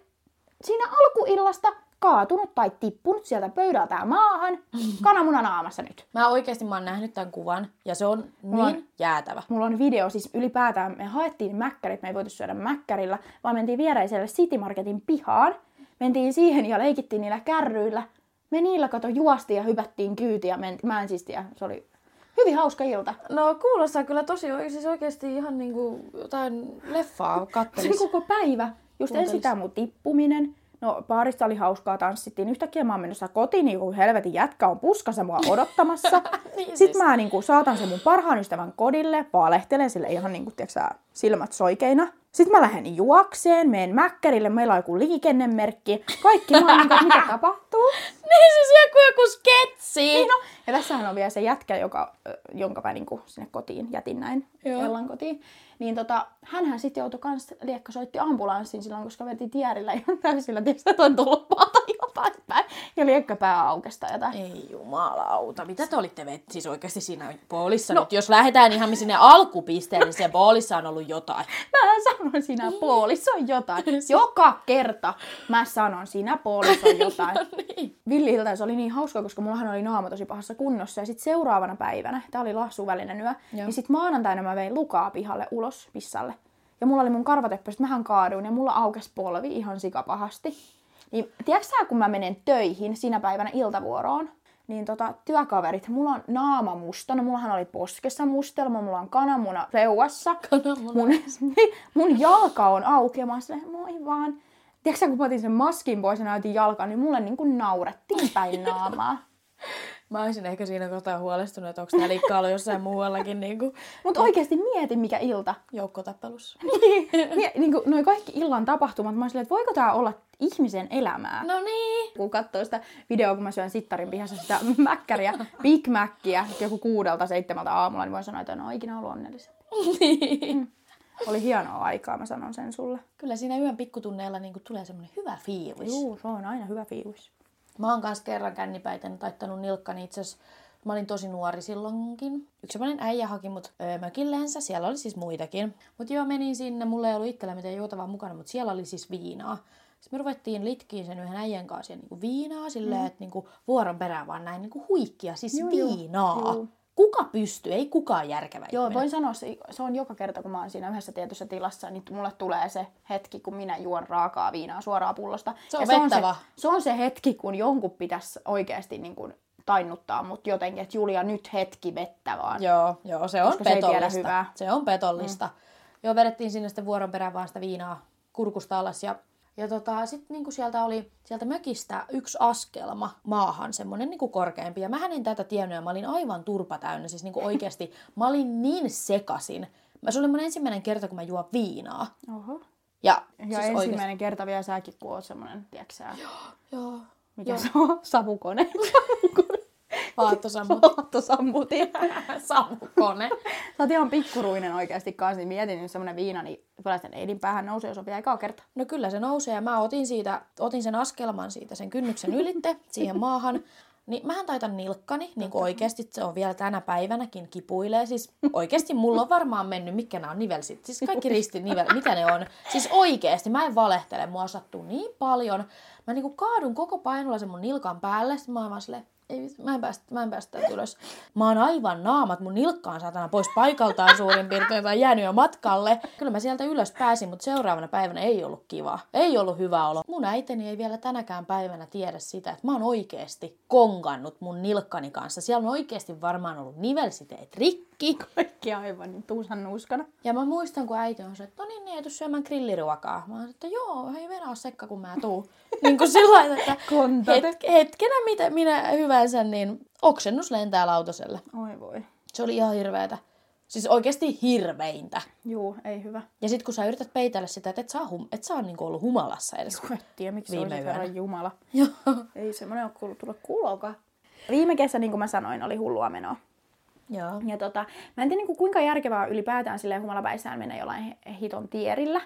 [SPEAKER 3] siinä alkuillasta kaatunut tai tippunut sieltä pöydältä maahan. Kananmuna naamassa nyt.
[SPEAKER 2] Mä oikeesti mä oon nähnyt tämän kuvan ja se on niin
[SPEAKER 3] Mulla on-
[SPEAKER 2] jäätävä.
[SPEAKER 3] Mulla on video, siis ylipäätään me haettiin mäkkärit, me ei voitu syödä mäkkärillä, vaan mentiin viereiselle City Marketin pihaan. Mentiin siihen ja leikittiin niillä kärryillä. Me niillä kato juostiin ja hypättiin kyytiä, men... mä en siis tiedä, se oli hyvin hauska ilta.
[SPEAKER 2] No kuulostaa kyllä tosi oi- siis oikeesti ihan niinku jotain leffaa
[SPEAKER 3] Se oli
[SPEAKER 2] kattelis.
[SPEAKER 3] koko päivä. Just ensin tämä mun tippuminen. No baarissa oli hauskaa, tanssittiin. Yhtäkkiä mä oon menossa kotiin, niin joku helvetin jätkä on puskassa mua odottamassa.
[SPEAKER 2] Niin
[SPEAKER 3] Sitten
[SPEAKER 2] siis.
[SPEAKER 3] mä niinku niin kuin, saatan sen mun parhaan ystävän kodille, valehtelen sille ihan niin kuin, tiiäksä, niinku, silmät soikeina. Sitten mä lähden juokseen, menen mäkkärille, meillä on joku liikennemerkki. Kaikki mä oon, niin kuin, mitä tapahtuu.
[SPEAKER 2] Niin siis joku joku sketsi.
[SPEAKER 3] Niin no. Ja tässähän on vielä se jätkä, joka, ö, jonka mä niinku sinne kotiin jätin näin,
[SPEAKER 2] Joo.
[SPEAKER 3] Joo. Ellan kotiin. Niin tota, hänhän sitten joutui kans, Liekka soitti ambulanssin silloin, koska veti tierillä ihan täysillä, tietysti, että on tullut pata jotain päin. Ja Liekka pää aukesta jotain.
[SPEAKER 2] Ei jumalauta, mitä te olitte vet- siis oikeasti siinä poolissa no. nyt? Jos lähdetään ihan sinne alkupisteelle, niin siellä poolissa on ollut jotain.
[SPEAKER 3] Mä sanon sinä
[SPEAKER 2] Niin.
[SPEAKER 3] puoliso jotain. Joka kerta mä sanon sinä puoliso jotain.
[SPEAKER 2] niin.
[SPEAKER 3] villi ilta, ja se oli niin hauska, koska mullahan oli naama tosi pahassa kunnossa. Ja sitten seuraavana päivänä, tää oli lahsuvälinen yö,
[SPEAKER 2] Joo.
[SPEAKER 3] niin sitten maanantaina mä vein Lukaa pihalle ulos pissalle. Ja mulla oli mun karvateppäset, mähän kaaduin ja mulla aukesi polvi ihan sikapahasti. Niin tiedätkö sä, kun mä menen töihin sinä päivänä iltavuoroon, niin tota, työkaverit, mulla on naama mustana, mullahan oli poskessa mustelma, mulla on kananmuna reuassa.
[SPEAKER 2] Kananmuna.
[SPEAKER 3] Mun, mun jalka on auki ja mä oon silleen, moi vaan. Tiedätkö sä, kun mä otin sen maskin pois ja näytin jalkaa, niin mulle niin kuin naurettiin päin naamaa.
[SPEAKER 2] Mä olisin ehkä siinä kohtaa huolestunut, että onko nälikka ollut jossain muuallakin niin kuin
[SPEAKER 3] Mutta oikeasti mieti, mikä ilta.
[SPEAKER 2] joukkotappelussa.
[SPEAKER 3] Mie, niin kuin, noi kaikki illan tapahtumat, mä oon silleen, että voiko tää olla ihmisen elämää?
[SPEAKER 2] No niin.
[SPEAKER 3] kun katsoo sitä videoa, kun mä syön sittarin pihassa sitä mäkkäriä, Big Mackiä, joku kuudelta seitsemältä aamulla, niin voin sanoa, että en ole ikinä ollut onnellisempi.
[SPEAKER 2] niin.
[SPEAKER 3] Oli hienoa aikaa, mä sanon sen sulle.
[SPEAKER 2] Kyllä siinä yön pikkutunneilla niin kuin tulee semmoinen hyvä fiilis.
[SPEAKER 3] Juu, se on aina hyvä fiilis.
[SPEAKER 2] Mä oon kanssa kerran kännipäiten taittanut nilkkani itse asiassa. Mä olin tosi nuori silloinkin. Yksi semmonen äijä haki mut ö, mökillensä, siellä oli siis muitakin. Mut joo, menin sinne, mulla ei ollut itsellä mitään juotavaa mukana, mut siellä oli siis viinaa. Sitten me ruvettiin litkiin sen yhden äijän kanssa ja niinku viinaa silleen, mm. että niinku vuoron perään vaan näin niinku huikkia, siis
[SPEAKER 3] Juu, juu,
[SPEAKER 2] viinaa.
[SPEAKER 3] juu.
[SPEAKER 2] Kuka pystyy? Ei kukaan järkevä
[SPEAKER 3] Joo,
[SPEAKER 2] ihminen.
[SPEAKER 3] voin sanoa, se, se on joka kerta, kun mä oon siinä yhdessä tietyssä tilassa, niin mulle tulee se hetki, kun minä juon raakaa viinaa suoraan pullosta.
[SPEAKER 2] Se on
[SPEAKER 3] se, on se,
[SPEAKER 2] vettävä.
[SPEAKER 3] se on se hetki, kun jonkun pitäisi oikeasti niin kuin tainnuttaa mut jotenkin, että Julia, nyt hetki vettä vaan.
[SPEAKER 2] Joo, joo, se on
[SPEAKER 3] Koska se ei tiedä
[SPEAKER 2] petollista. Se,
[SPEAKER 3] hyvää.
[SPEAKER 2] on petollista. Mm. Joo, vedettiin sinne sitten vuoron perään vaan sitä viinaa kurkusta alas. Ja, ja tota, sitten niinku sieltä oli sieltä mökistä yksi askelma maahan, semmoinen niinku korkeampi. Ja mä en tätä tiennyt ja mä olin aivan turpa täynnä. Siis niinku oikeasti, mä olin niin sekasin. Mä, se oli mun ensimmäinen kerta, kun mä juon viinaa.
[SPEAKER 3] Oho.
[SPEAKER 2] Ja,
[SPEAKER 3] Ja siis ensimmäinen kerta vielä säkin, kun oot semmoinen, tiedätkö sä,
[SPEAKER 2] Oikeasti, joo,
[SPEAKER 3] mikä se on, savukone.
[SPEAKER 2] vaatto sammu,
[SPEAKER 3] Saatto sammutin.
[SPEAKER 2] sammukone.
[SPEAKER 3] Sä oot ihan pikkuruinen oikeasti kanssa, niin mietin, jos semmonen viina, niin kyllä sen elinpäähän nousee, jos on vielä ekaa kerta.
[SPEAKER 2] No kyllä se nousee ja mä otin, siitä, otin sen askelman siitä sen kynnyksen ylitte siihen maahan. Niin mähän taitan nilkkani, niin kuin oikeasti se on vielä tänä päivänäkin kipuilee. Siis oikeasti mulla on varmaan mennyt, mitkä nämä on nivelsit. Siis kaikki ristin nivel, mitä ne on. Siis oikeasti, mä en valehtele, mua sattuu niin paljon. Mä niinku kaadun koko painolla sen mun nilkan päälle, sit mä oon vaan silleen, ei, vittu, mä en päästä, mä en päästä täältä ylös. Mä oon aivan naamat, mun nilkka on saatana pois paikaltaan suurin piirtein tai jäänyt jo matkalle. Kyllä mä sieltä ylös pääsin, mutta seuraavana päivänä ei ollut kiva. Ei ollut hyvä olo. Mun äiteni ei vielä tänäkään päivänä tiedä sitä, että mä oon oikeesti kongannut mun nilkkani kanssa. Siellä on oikeesti varmaan ollut nivelsiteet rikki.
[SPEAKER 3] Kaikki aivan niin tuusan nuuskana.
[SPEAKER 2] Ja mä muistan, kun äiti on se, että no niin, niin ei tuu syömään grilliruokaa. Mä oon, että joo, hei venää sekka, kun mä tuun. niin kuin sillä lailla, että
[SPEAKER 3] Kontate.
[SPEAKER 2] het- hetkenä mitä minä hyvänsä, niin oksennus lentää lautaselle.
[SPEAKER 3] Oi voi.
[SPEAKER 2] Se oli ihan hirveetä. Siis oikeasti hirveintä.
[SPEAKER 3] Juu, ei hyvä.
[SPEAKER 2] Ja sit kun sä yrität peitellä sitä, että et sä, hum, et sä on niinku ollut humalassa edes.
[SPEAKER 3] Kun et tiedä, miksi
[SPEAKER 2] Viime
[SPEAKER 3] Viime olisit
[SPEAKER 2] yönä.
[SPEAKER 3] verran jumala.
[SPEAKER 2] Joo.
[SPEAKER 3] Ei semmoinen ole kuullut tulla kuuloka. Viime kesä, niin kuin mä sanoin, oli hullua menoa.
[SPEAKER 2] Joo.
[SPEAKER 3] Ja tota, mä en tiedä, niin kuin, kuinka järkevää on ylipäätään silleen humalapäissään mennä jollain he- hiton tierillä.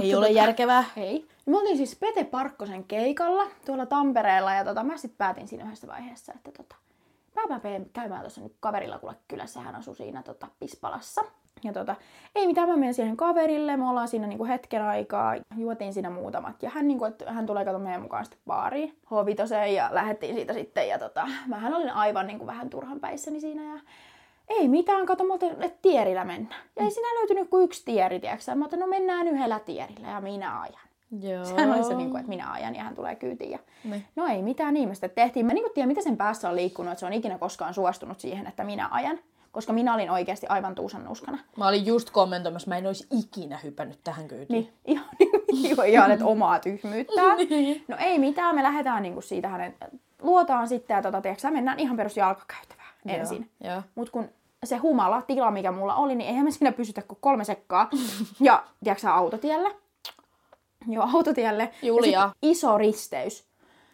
[SPEAKER 2] Ei ole järkevää.
[SPEAKER 3] Hei. Me oltiin siis Pete Parkkosen keikalla tuolla Tampereella ja tota, mä sitten päätin siinä yhdessä vaiheessa, että tota, mäpä menen käymään tuossa nyt kaverilla kuule kylässä, hän asuu siinä tota, Pispalassa. Ja tota, ei mitään, mä menen siihen kaverille, me ollaan siinä niinku hetken aikaa, juotiin siinä muutamat. Ja hän, niinku, että hän tulee kato meidän mukaan sitten baariin, H5 ja lähdettiin siitä sitten. Ja tota, mähän olin aivan niinku vähän turhan päissäni siinä ja ei mitään, kato, mä otin, että tierillä mennä.
[SPEAKER 2] Mm.
[SPEAKER 3] Ja ei sinä löytynyt kuin yksi tieri, tiedätkö sä? Mä otin, no mennään yhdellä tierillä ja minä ajan.
[SPEAKER 2] Joo.
[SPEAKER 3] Sehän oli se, niin kuin, että minä ajan ja hän tulee kyytiin. Ja...
[SPEAKER 2] Niin.
[SPEAKER 3] No ei mitään niin, me sitä tehtiin. Mä niin kuin tiedän, mitä sen päässä on liikkunut, että se on ikinä koskaan suostunut siihen, että minä ajan. Koska minä olin oikeasti aivan tuusan nuskana.
[SPEAKER 2] Mä olin just kommentoimassa, mä en olisi ikinä hypännyt tähän kyytiin.
[SPEAKER 3] Niin, ihan, ihan, ihan että omaa tyhmyyttään.
[SPEAKER 2] Niin.
[SPEAKER 3] No ei mitään, me lähdetään niin kuin siitä hänen luotaan sitten ja tota, tiedätkö, sä, mennään ihan perus jalkakäytävään
[SPEAKER 2] Joo.
[SPEAKER 3] ensin.
[SPEAKER 2] Joo.
[SPEAKER 3] Mutta kun se humala tila, mikä mulla oli, niin eihän me siinä pysytä kuin kolme sekkaa. Ja tiedätkö sä, autotielle? Joo, autotielle.
[SPEAKER 2] Julia.
[SPEAKER 3] Ja sit iso risteys.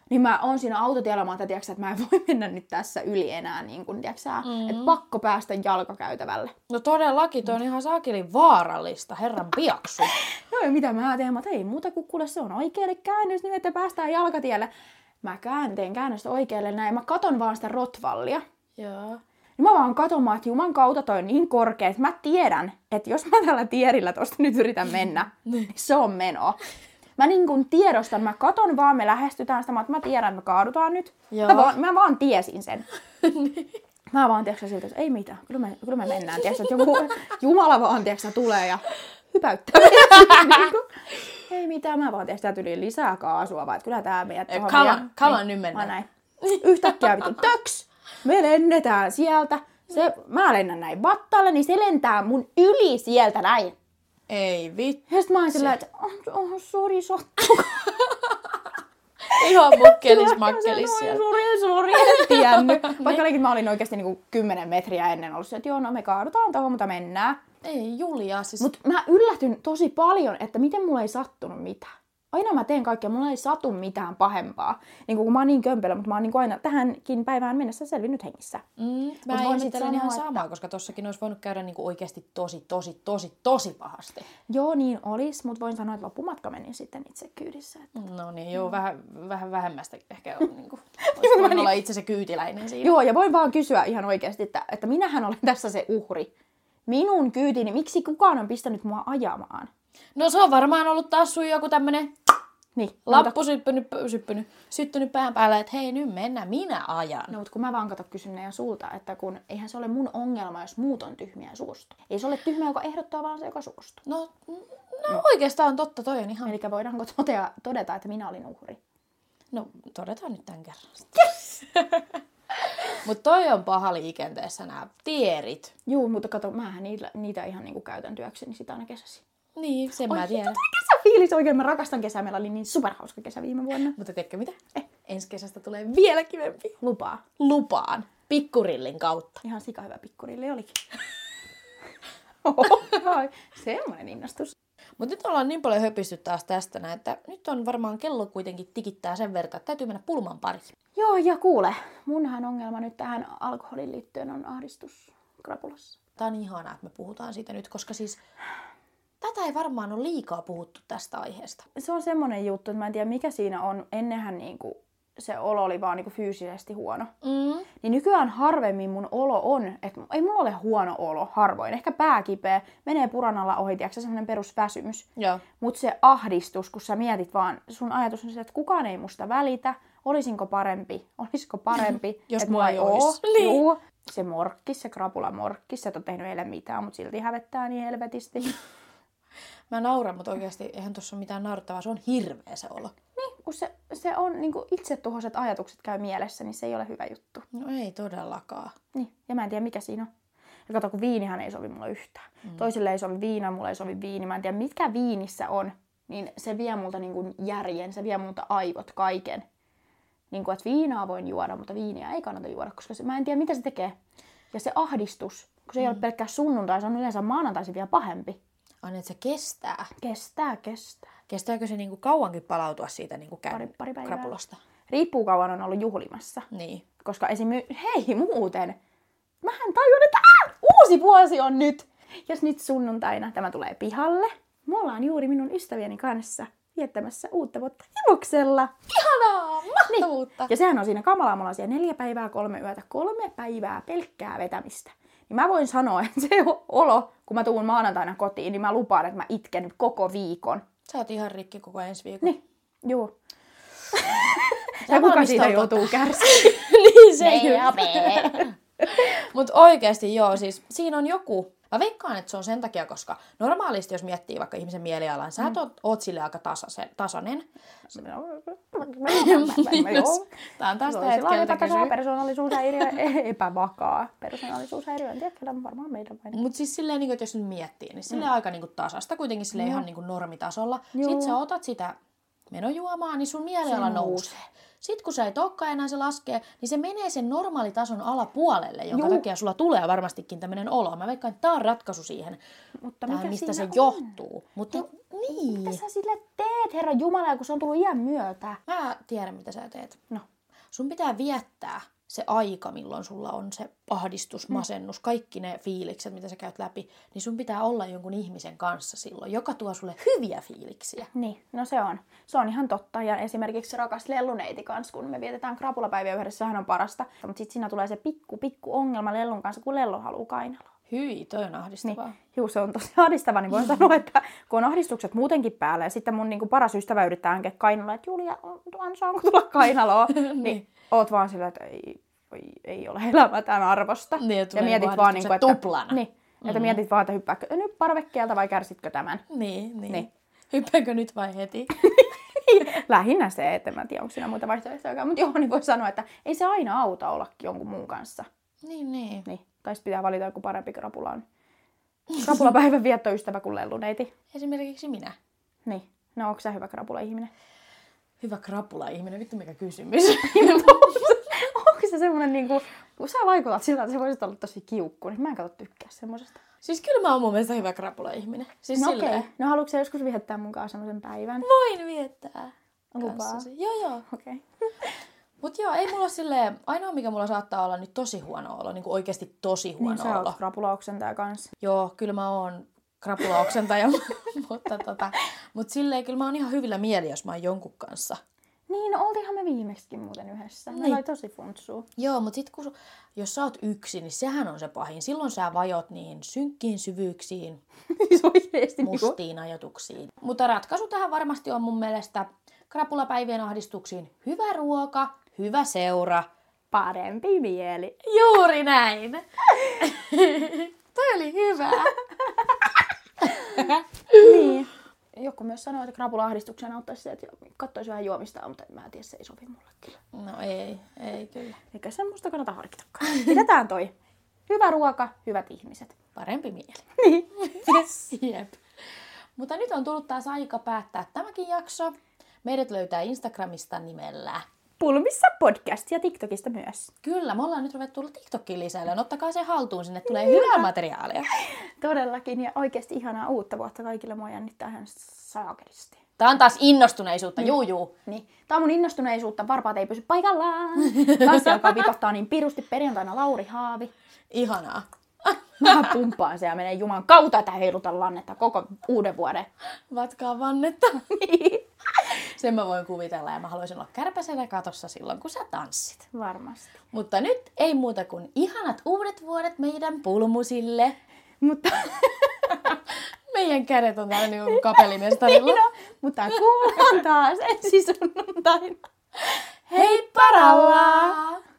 [SPEAKER 3] Niin mä oon siinä autotiellä, mä oon, että, tiedätkö sä, että mä en voi mennä nyt tässä yli enää, niin kun, tiedätkö sä, että pakko päästä jalkakäytävälle.
[SPEAKER 2] No todellakin, toi on ihan saakelin vaarallista, herran piaksu.
[SPEAKER 3] Joo, ja mitä mä teen? Mä tein muuta kuin kuule, se on oikealle käännös, niin että päästään jalkatielle. Mä käänteen käännöstä oikealle näin, mä katon vaan sitä rotvallia.
[SPEAKER 2] Joo.
[SPEAKER 3] Ja Niin mä vaan katomaan, että juman kautta toi on niin korkea, että mä tiedän, että jos mä tällä tierillä tosta nyt yritän mennä, niin se on meno. Mä niin kuin tiedostan, mä katon vaan, me lähestytään sitä, mä, että mä tiedän, että me kaadutaan nyt.
[SPEAKER 2] Joo.
[SPEAKER 3] Mä vaan, mä vaan tiesin sen. Mä vaan tiedätkö siltä, että ei mitään, kyllä me, kyllä me mennään, tiedätkö, että joku Jumala vaan tiedätkö, tulee ja hypäyttää. meitä, niin kuin. ei mitään, mä vaan tiedätkö, tuli lisää kaasua, vaan että kyllä tää meidät
[SPEAKER 2] Ei,
[SPEAKER 3] tohon
[SPEAKER 2] come
[SPEAKER 3] vie.
[SPEAKER 2] on, come on,
[SPEAKER 3] Niin,
[SPEAKER 2] nyt mennään.
[SPEAKER 3] Mä näin. Yhtäkkiä vittu töks, me lennetään sieltä. Se, mä lennän näin vattalle, niin se lentää mun yli sieltä näin.
[SPEAKER 2] Ei vittu.
[SPEAKER 3] Ja sit mä oon sillä, että oh, oh, sori, sattuu.
[SPEAKER 2] Ihan mukkelis
[SPEAKER 3] Mä
[SPEAKER 2] makkelis
[SPEAKER 3] oon
[SPEAKER 2] siellä. niin.
[SPEAKER 3] Sori, sori, en tiennyt. Vaikka olikin, mä olin oikeasti niinku 10 metriä ennen ollut se, että joo, no me kaadutaan tuohon, mutta mennään.
[SPEAKER 2] Ei Julia, siis
[SPEAKER 3] Mut mä yllätyn tosi paljon, että miten mulla ei sattunut mitään. Aina mä teen kaikkea, mulla ei satu mitään pahempaa. Niin kun mä oon niin kömpelö, mutta mä oon niin aina tähänkin päivään mennessä selvinnyt hengissä.
[SPEAKER 2] Mm,
[SPEAKER 3] Mut
[SPEAKER 2] mä
[SPEAKER 3] voin
[SPEAKER 2] ihmettelen
[SPEAKER 3] sit
[SPEAKER 2] ihan
[SPEAKER 3] sanoa,
[SPEAKER 2] samaa, koska tossakin olisi voinut käydä niinku oikeasti tosi, tosi, tosi, tosi pahasti.
[SPEAKER 3] Joo, niin olis, mutta voin sanoa, että loppumatka meni sitten itse kyydissä. Et-
[SPEAKER 2] No niin, joo, vähän, vähän vähemmästä ehkä on niinku, olisi voinut olla itse se kyytiläinen siinä.
[SPEAKER 3] Joo, ja voin vaan kysyä ihan oikeasti, että, että minähän olen tässä se uhri. Minun kyytini, miksi kukaan on pistänyt mua ajamaan?
[SPEAKER 2] No se on varmaan ollut taas sun joku tämmönen
[SPEAKER 3] Niin, lauta-
[SPEAKER 2] lappu syppynyt, syppynyt, syttynyt pään päällä, että hei nyt mennä, minä ajan.
[SPEAKER 3] No, mutta kun mä vaan kato kysyn ja sulta, että kun eihän se ole mun ongelma, jos muut on tyhmiä ja suostuu. Ei se ole tyhmä, joka ehdottaa, vaan se, joka suostuu.
[SPEAKER 2] No, no oikeastaan totta, toi on ihan...
[SPEAKER 3] Eli voidaanko totea, todeta, että minä olin uhri?
[SPEAKER 2] No todetaan nyt tämän kerran. Yes! Mutta toi on paha liikenteessä nämä tierit.
[SPEAKER 3] Juu, mutta kato, mähän niitä, niitä ihan niinku käytän työkseni sitä aina kesäsi.
[SPEAKER 2] Niin, sen mä tiedän.
[SPEAKER 3] Kesäfiilis oikein, mä rakastan kesää. Meillä oli niin superhauska kesä viime vuonna.
[SPEAKER 2] Mutta tiedätkö mitä? Eh. Ensi kesästä tulee vielä kivempi.
[SPEAKER 3] Lupaa.
[SPEAKER 2] Lupaan. Pikkurillin kautta.
[SPEAKER 3] Ihan sika hyvä pikkurilli olikin. Oho, vai. Semmoinen innostus.
[SPEAKER 2] Mutta nyt ollaan niin paljon höpisty taas tästä, näin, että nyt on varmaan kello kuitenkin tikittää sen verran, että täytyy mennä pulman pari.
[SPEAKER 3] Joo, ja kuule, munhan ongelma nyt tähän alkoholin liittyen on ahdistus krapulassa.
[SPEAKER 2] Tämä on ihanaa, että me puhutaan siitä nyt, koska siis tätä ei varmaan ole liikaa puhuttu tästä aiheesta.
[SPEAKER 3] se on semmoinen juttu, että mä en tiedä mikä siinä on. Ennenhän niinku se olo oli vaan niinku fyysisesti huono.
[SPEAKER 2] Mm.
[SPEAKER 3] Niin nykyään harvemmin mun olo on, että ei mulla ole huono olo, harvoin. Ehkä pää kipeä, menee puranalla ohi, tiedätkö semmoinen perusväsymys.
[SPEAKER 2] Joo.
[SPEAKER 3] Mutta se ahdistus, kun sä mietit vaan, sun ajatus on se, että kukaan ei musta välitä, olisinko parempi, olisiko parempi,
[SPEAKER 2] Jos
[SPEAKER 3] et
[SPEAKER 2] mua
[SPEAKER 3] mä
[SPEAKER 2] ei
[SPEAKER 3] oo.
[SPEAKER 2] ois. Niin.
[SPEAKER 3] Juu. Se morkkis, se krapula morkkis, sä et oo tehnyt eilen mitään, mutta silti hävettää niin helvetisti.
[SPEAKER 2] Mä nauran, mutta oikeasti eihän tuossa ole mitään naurattavaa. Se on hirveä se olo.
[SPEAKER 3] Niin, kun se, se on niin kuin itsetuhoiset ajatukset käy mielessä, niin se ei ole hyvä juttu.
[SPEAKER 2] No ei todellakaan.
[SPEAKER 3] Niin, ja mä en tiedä mikä siinä on. Ja kato, kun viinihän ei sovi mulle yhtään. Mm. Toisille ei sovi viina, mulle ei sovi viini. Mä en tiedä, mitkä viinissä on. Niin se vie multa niin kuin järjen, se vie multa aivot, kaiken. Niin kuin, että viinaa voin juoda, mutta viiniä ei kannata juoda, koska se, mä en tiedä, mitä se tekee. Ja se ahdistus, kun se ei ole pelkkää sunnuntai, se on yleensä maanantaisin vielä pahempi.
[SPEAKER 2] Aina, niin, että se kestää.
[SPEAKER 3] Kestää, kestää.
[SPEAKER 2] Kestääkö se niinku kauankin palautua siitä niinku käy-
[SPEAKER 3] Pari- pari päivää.
[SPEAKER 2] krapulasta?
[SPEAKER 3] Riippuu kauan on ollut juhlimassa.
[SPEAKER 2] Niin.
[SPEAKER 3] Koska esim. hei muuten, mähän tajun, että ää, uusi vuosi on nyt. Jos nyt sunnuntaina tämä tulee pihalle, me ollaan juuri minun ystävieni kanssa viettämässä uutta vuotta himoksella.
[SPEAKER 2] Ihanaa! Mahtavuutta!
[SPEAKER 3] Ja sehän on siinä kamalaa, mulla on siellä neljä päivää, kolme yötä, kolme päivää pelkkää vetämistä. Niin mä voin sanoa, että se olo, kun mä tuun maanantaina kotiin, niin mä lupaan, että mä itken koko viikon.
[SPEAKER 2] Sä oot ihan rikki koko ensi viikon.
[SPEAKER 3] Niin, juu.
[SPEAKER 2] Sä
[SPEAKER 3] Ja kuka siitä
[SPEAKER 2] valmistaudut.
[SPEAKER 3] joutuu kärsimään?
[SPEAKER 2] niin se
[SPEAKER 3] Ei
[SPEAKER 2] just. Mutta oikeasti joo, siis siinä on joku. Mä veikkaan, että se on sen takia, koska normaalisti, jos miettii vaikka ihmisen mielialan, sä mm. oot, oot sille aika tasase, tasainen.
[SPEAKER 3] Joo.
[SPEAKER 2] Tää on taas
[SPEAKER 3] Tästä Toisilla
[SPEAKER 2] hetkeltä
[SPEAKER 3] on epätasa
[SPEAKER 2] kysyy.
[SPEAKER 3] persoonallisuushäiriö, epävakaa persoonallisuushäiriöntiä, kyllä varmaan meidän vain.
[SPEAKER 2] Mutta siis silleen, niinku, että jos nyt miettii, niin silleen mm. aika niinku tasasta, kuitenkin sille ihan niinku normitasolla.
[SPEAKER 3] Joo.
[SPEAKER 2] Sitten sä otat sitä menojuomaa, niin sun mieliala
[SPEAKER 3] Se
[SPEAKER 2] nousee. Sitten kun se ei olekaan enää se laskee, niin se menee sen normaalitason alapuolelle, jonka
[SPEAKER 3] Juu.
[SPEAKER 2] takia sulla tulee varmastikin tämmöinen olo. Mä veikkaan, että tämä on ratkaisu siihen,
[SPEAKER 3] Mutta
[SPEAKER 2] Mm. Tää,
[SPEAKER 3] mikä
[SPEAKER 2] mistä se
[SPEAKER 3] siinä
[SPEAKER 2] on?
[SPEAKER 3] on?
[SPEAKER 2] johtuu. Mutta niin,
[SPEAKER 3] Mitä sä sille teet, Herra Jumala, kun se on tullut iän myötä?
[SPEAKER 2] mä tiedän mitä sä teet.
[SPEAKER 3] No.
[SPEAKER 2] Sun pitää viettää se aika, milloin sulla on se ahdistus, masennus, kaikki ne fiilikset, mitä sä käyt läpi, niin sun pitää olla jonkun ihmisen kanssa silloin, joka tuo sulle hyviä fiiliksiä.
[SPEAKER 3] Niin, no se on. Se on ihan totta. Ja esimerkiksi rakas lelluneiti kanssa, kun me vietetään krapulapäiviä yhdessä, sehän on parasta. Mutta sitten siinä tulee se pikku, pikku ongelma lellun kanssa, kun lellu haluaa kainaloa.
[SPEAKER 2] Hyi, toi on ahdistavaa.
[SPEAKER 3] Niin, juu, se on tosi ahdistavaa, niin voin
[SPEAKER 2] Mm.
[SPEAKER 3] sanoa, että kun on ahdistukset muutenkin päällä, ja sitten mun niin kuin paras ystävä yrittää hankea kainaloa, että Julia, on- tuon saanko tulla kainaloa? niin. oot vaan sillä, että ei, voi, ei ole elämä tämän arvosta.
[SPEAKER 2] Niin, että
[SPEAKER 3] ja
[SPEAKER 2] tulee
[SPEAKER 3] mietit
[SPEAKER 2] niinku
[SPEAKER 3] vaan, niin kuin, että,
[SPEAKER 2] ahdistukset tuplana. Mm.
[SPEAKER 3] Niin, mm-hmm. että mietit vaan, että hyppääkö nyt parvekkeelta vai kärsitkö tämän?
[SPEAKER 2] Niin, niin.
[SPEAKER 3] Niin.
[SPEAKER 2] niin. Hyppäänkö nyt vai heti?
[SPEAKER 3] Lähinnä se, että mä en tiedä, onko siinä muita vaihtoehtoja, mutta joo, niin voi sanoa, että ei se aina auta olla jonkun muun kanssa.
[SPEAKER 2] niin, niin.
[SPEAKER 3] Niin, tai sitten pitää valita joku parempi krapula on. Krapulapäivän viettoystävä kuin lelluneiti.
[SPEAKER 2] Esimerkiksi minä.
[SPEAKER 3] Niin. No, onko sä hyvä krapula-ihminen?
[SPEAKER 2] Hyvä krapula-ihminen, vittu mikä kysymys.
[SPEAKER 3] onko se semmonen niinku, kun sä vaikutat sillä, että sä voisit olla tosi kiukku, niin mä en kato tykkää semmosesta.
[SPEAKER 2] siis kyllä mä oon mun mielestä hyvä krapula-ihminen. Siis
[SPEAKER 3] No okei.
[SPEAKER 2] silleen.
[SPEAKER 3] Okay. No haluatko sä joskus viettää mukaan semmoisen päivän?
[SPEAKER 2] Voin viettää.
[SPEAKER 3] Lupaa.
[SPEAKER 2] kanssasi. Joo, joo.
[SPEAKER 3] Okei. Okay.
[SPEAKER 2] Mut joo, ei mulla ole silleen, ainoa mikä mulla saattaa olla nyt tosi huono olo, niinku oikeesti tosi huono
[SPEAKER 3] Niin sä
[SPEAKER 2] olo.
[SPEAKER 3] oot krapulaoksentaja kanssa.
[SPEAKER 2] Joo, kyllä mä oon krapulaoksentaja, mutta tota, mut silleen kyllä mä oon ihan hyvillä mieli, jos mä oon jonkun kanssa.
[SPEAKER 3] Niin, no oltiinhan me viimeksikin muuten yhdessä. Niin.
[SPEAKER 2] Niin.
[SPEAKER 3] Meillä oli tosi funtsuu.
[SPEAKER 2] Joo, mutta sitten kun, su- jos sä oot yksin, niin sehän on se pahin. Silloin sä vajot niihin synkkiin syvyyksiin,
[SPEAKER 3] siis oikeesti niinku.
[SPEAKER 2] mustiin ajatuksiin. Mutta ratkaisu tähän varmasti on mun mielestä krapulapäivien ahdistuksiin hyvä ruoka, hyvä seura.
[SPEAKER 3] Parempi mieli.
[SPEAKER 2] Juuri näin! Toi oli hyvä!
[SPEAKER 3] Niin. Joku myös sanoi, että krapula-ahdistuksen auttaisi se, että katsoisi vähän juomista, mutta en mä tiedä, se ei sovi mulle kyllä.
[SPEAKER 2] No ei, ei kyllä.
[SPEAKER 3] Eikä semmoista kannata harkitakaan. Pidetään toi. Hyvä ruoka, hyvät ihmiset.
[SPEAKER 2] Parempi mieli.
[SPEAKER 3] Niin.
[SPEAKER 2] Yes. Jep. Mutta nyt on tullut taas aika päättää tämäkin jakso. Meidät löytää Instagramista nimellä
[SPEAKER 3] Pulmissa podcast ja TikTokista myös.
[SPEAKER 2] Kyllä, me ollaan nyt ruvettu tulla TikTokin lisäilleen. Ottakaa se haltuun, sinne tulee hyvää materiaalia.
[SPEAKER 3] Todellakin ja oikeasti ihanaa uutta vuotta kaikille. Mua jännittää ihan saakelisti.
[SPEAKER 2] Tää on taas innostuneisuutta, juu juu.
[SPEAKER 3] Niin. Tää on mun innostuneisuutta. Varpaat ei pysy paikallaan. Kassi alkaa vipottaa niin pirusti perjantaina Lauri Haavi.
[SPEAKER 2] Ihanaa.
[SPEAKER 3] Mä pumppaan se ja menee juman kautta, että heilutan lannetta koko uuden vuoden.
[SPEAKER 2] Vatkaa vannetta. Sen mä voin kuvitella ja mä haluaisin olla kärpäsenä katossa silloin, kun sä tanssit.
[SPEAKER 3] Varmasti.
[SPEAKER 2] Mutta nyt ei muuta kuin ihanat uudet vuodet meidän pulmusille.
[SPEAKER 3] Mutta
[SPEAKER 2] Meidän kädet on täällä niinku kapelimestarilla.
[SPEAKER 3] No, mutta kuullaan taas ensi sunnuntaina.
[SPEAKER 2] Hei parallaa!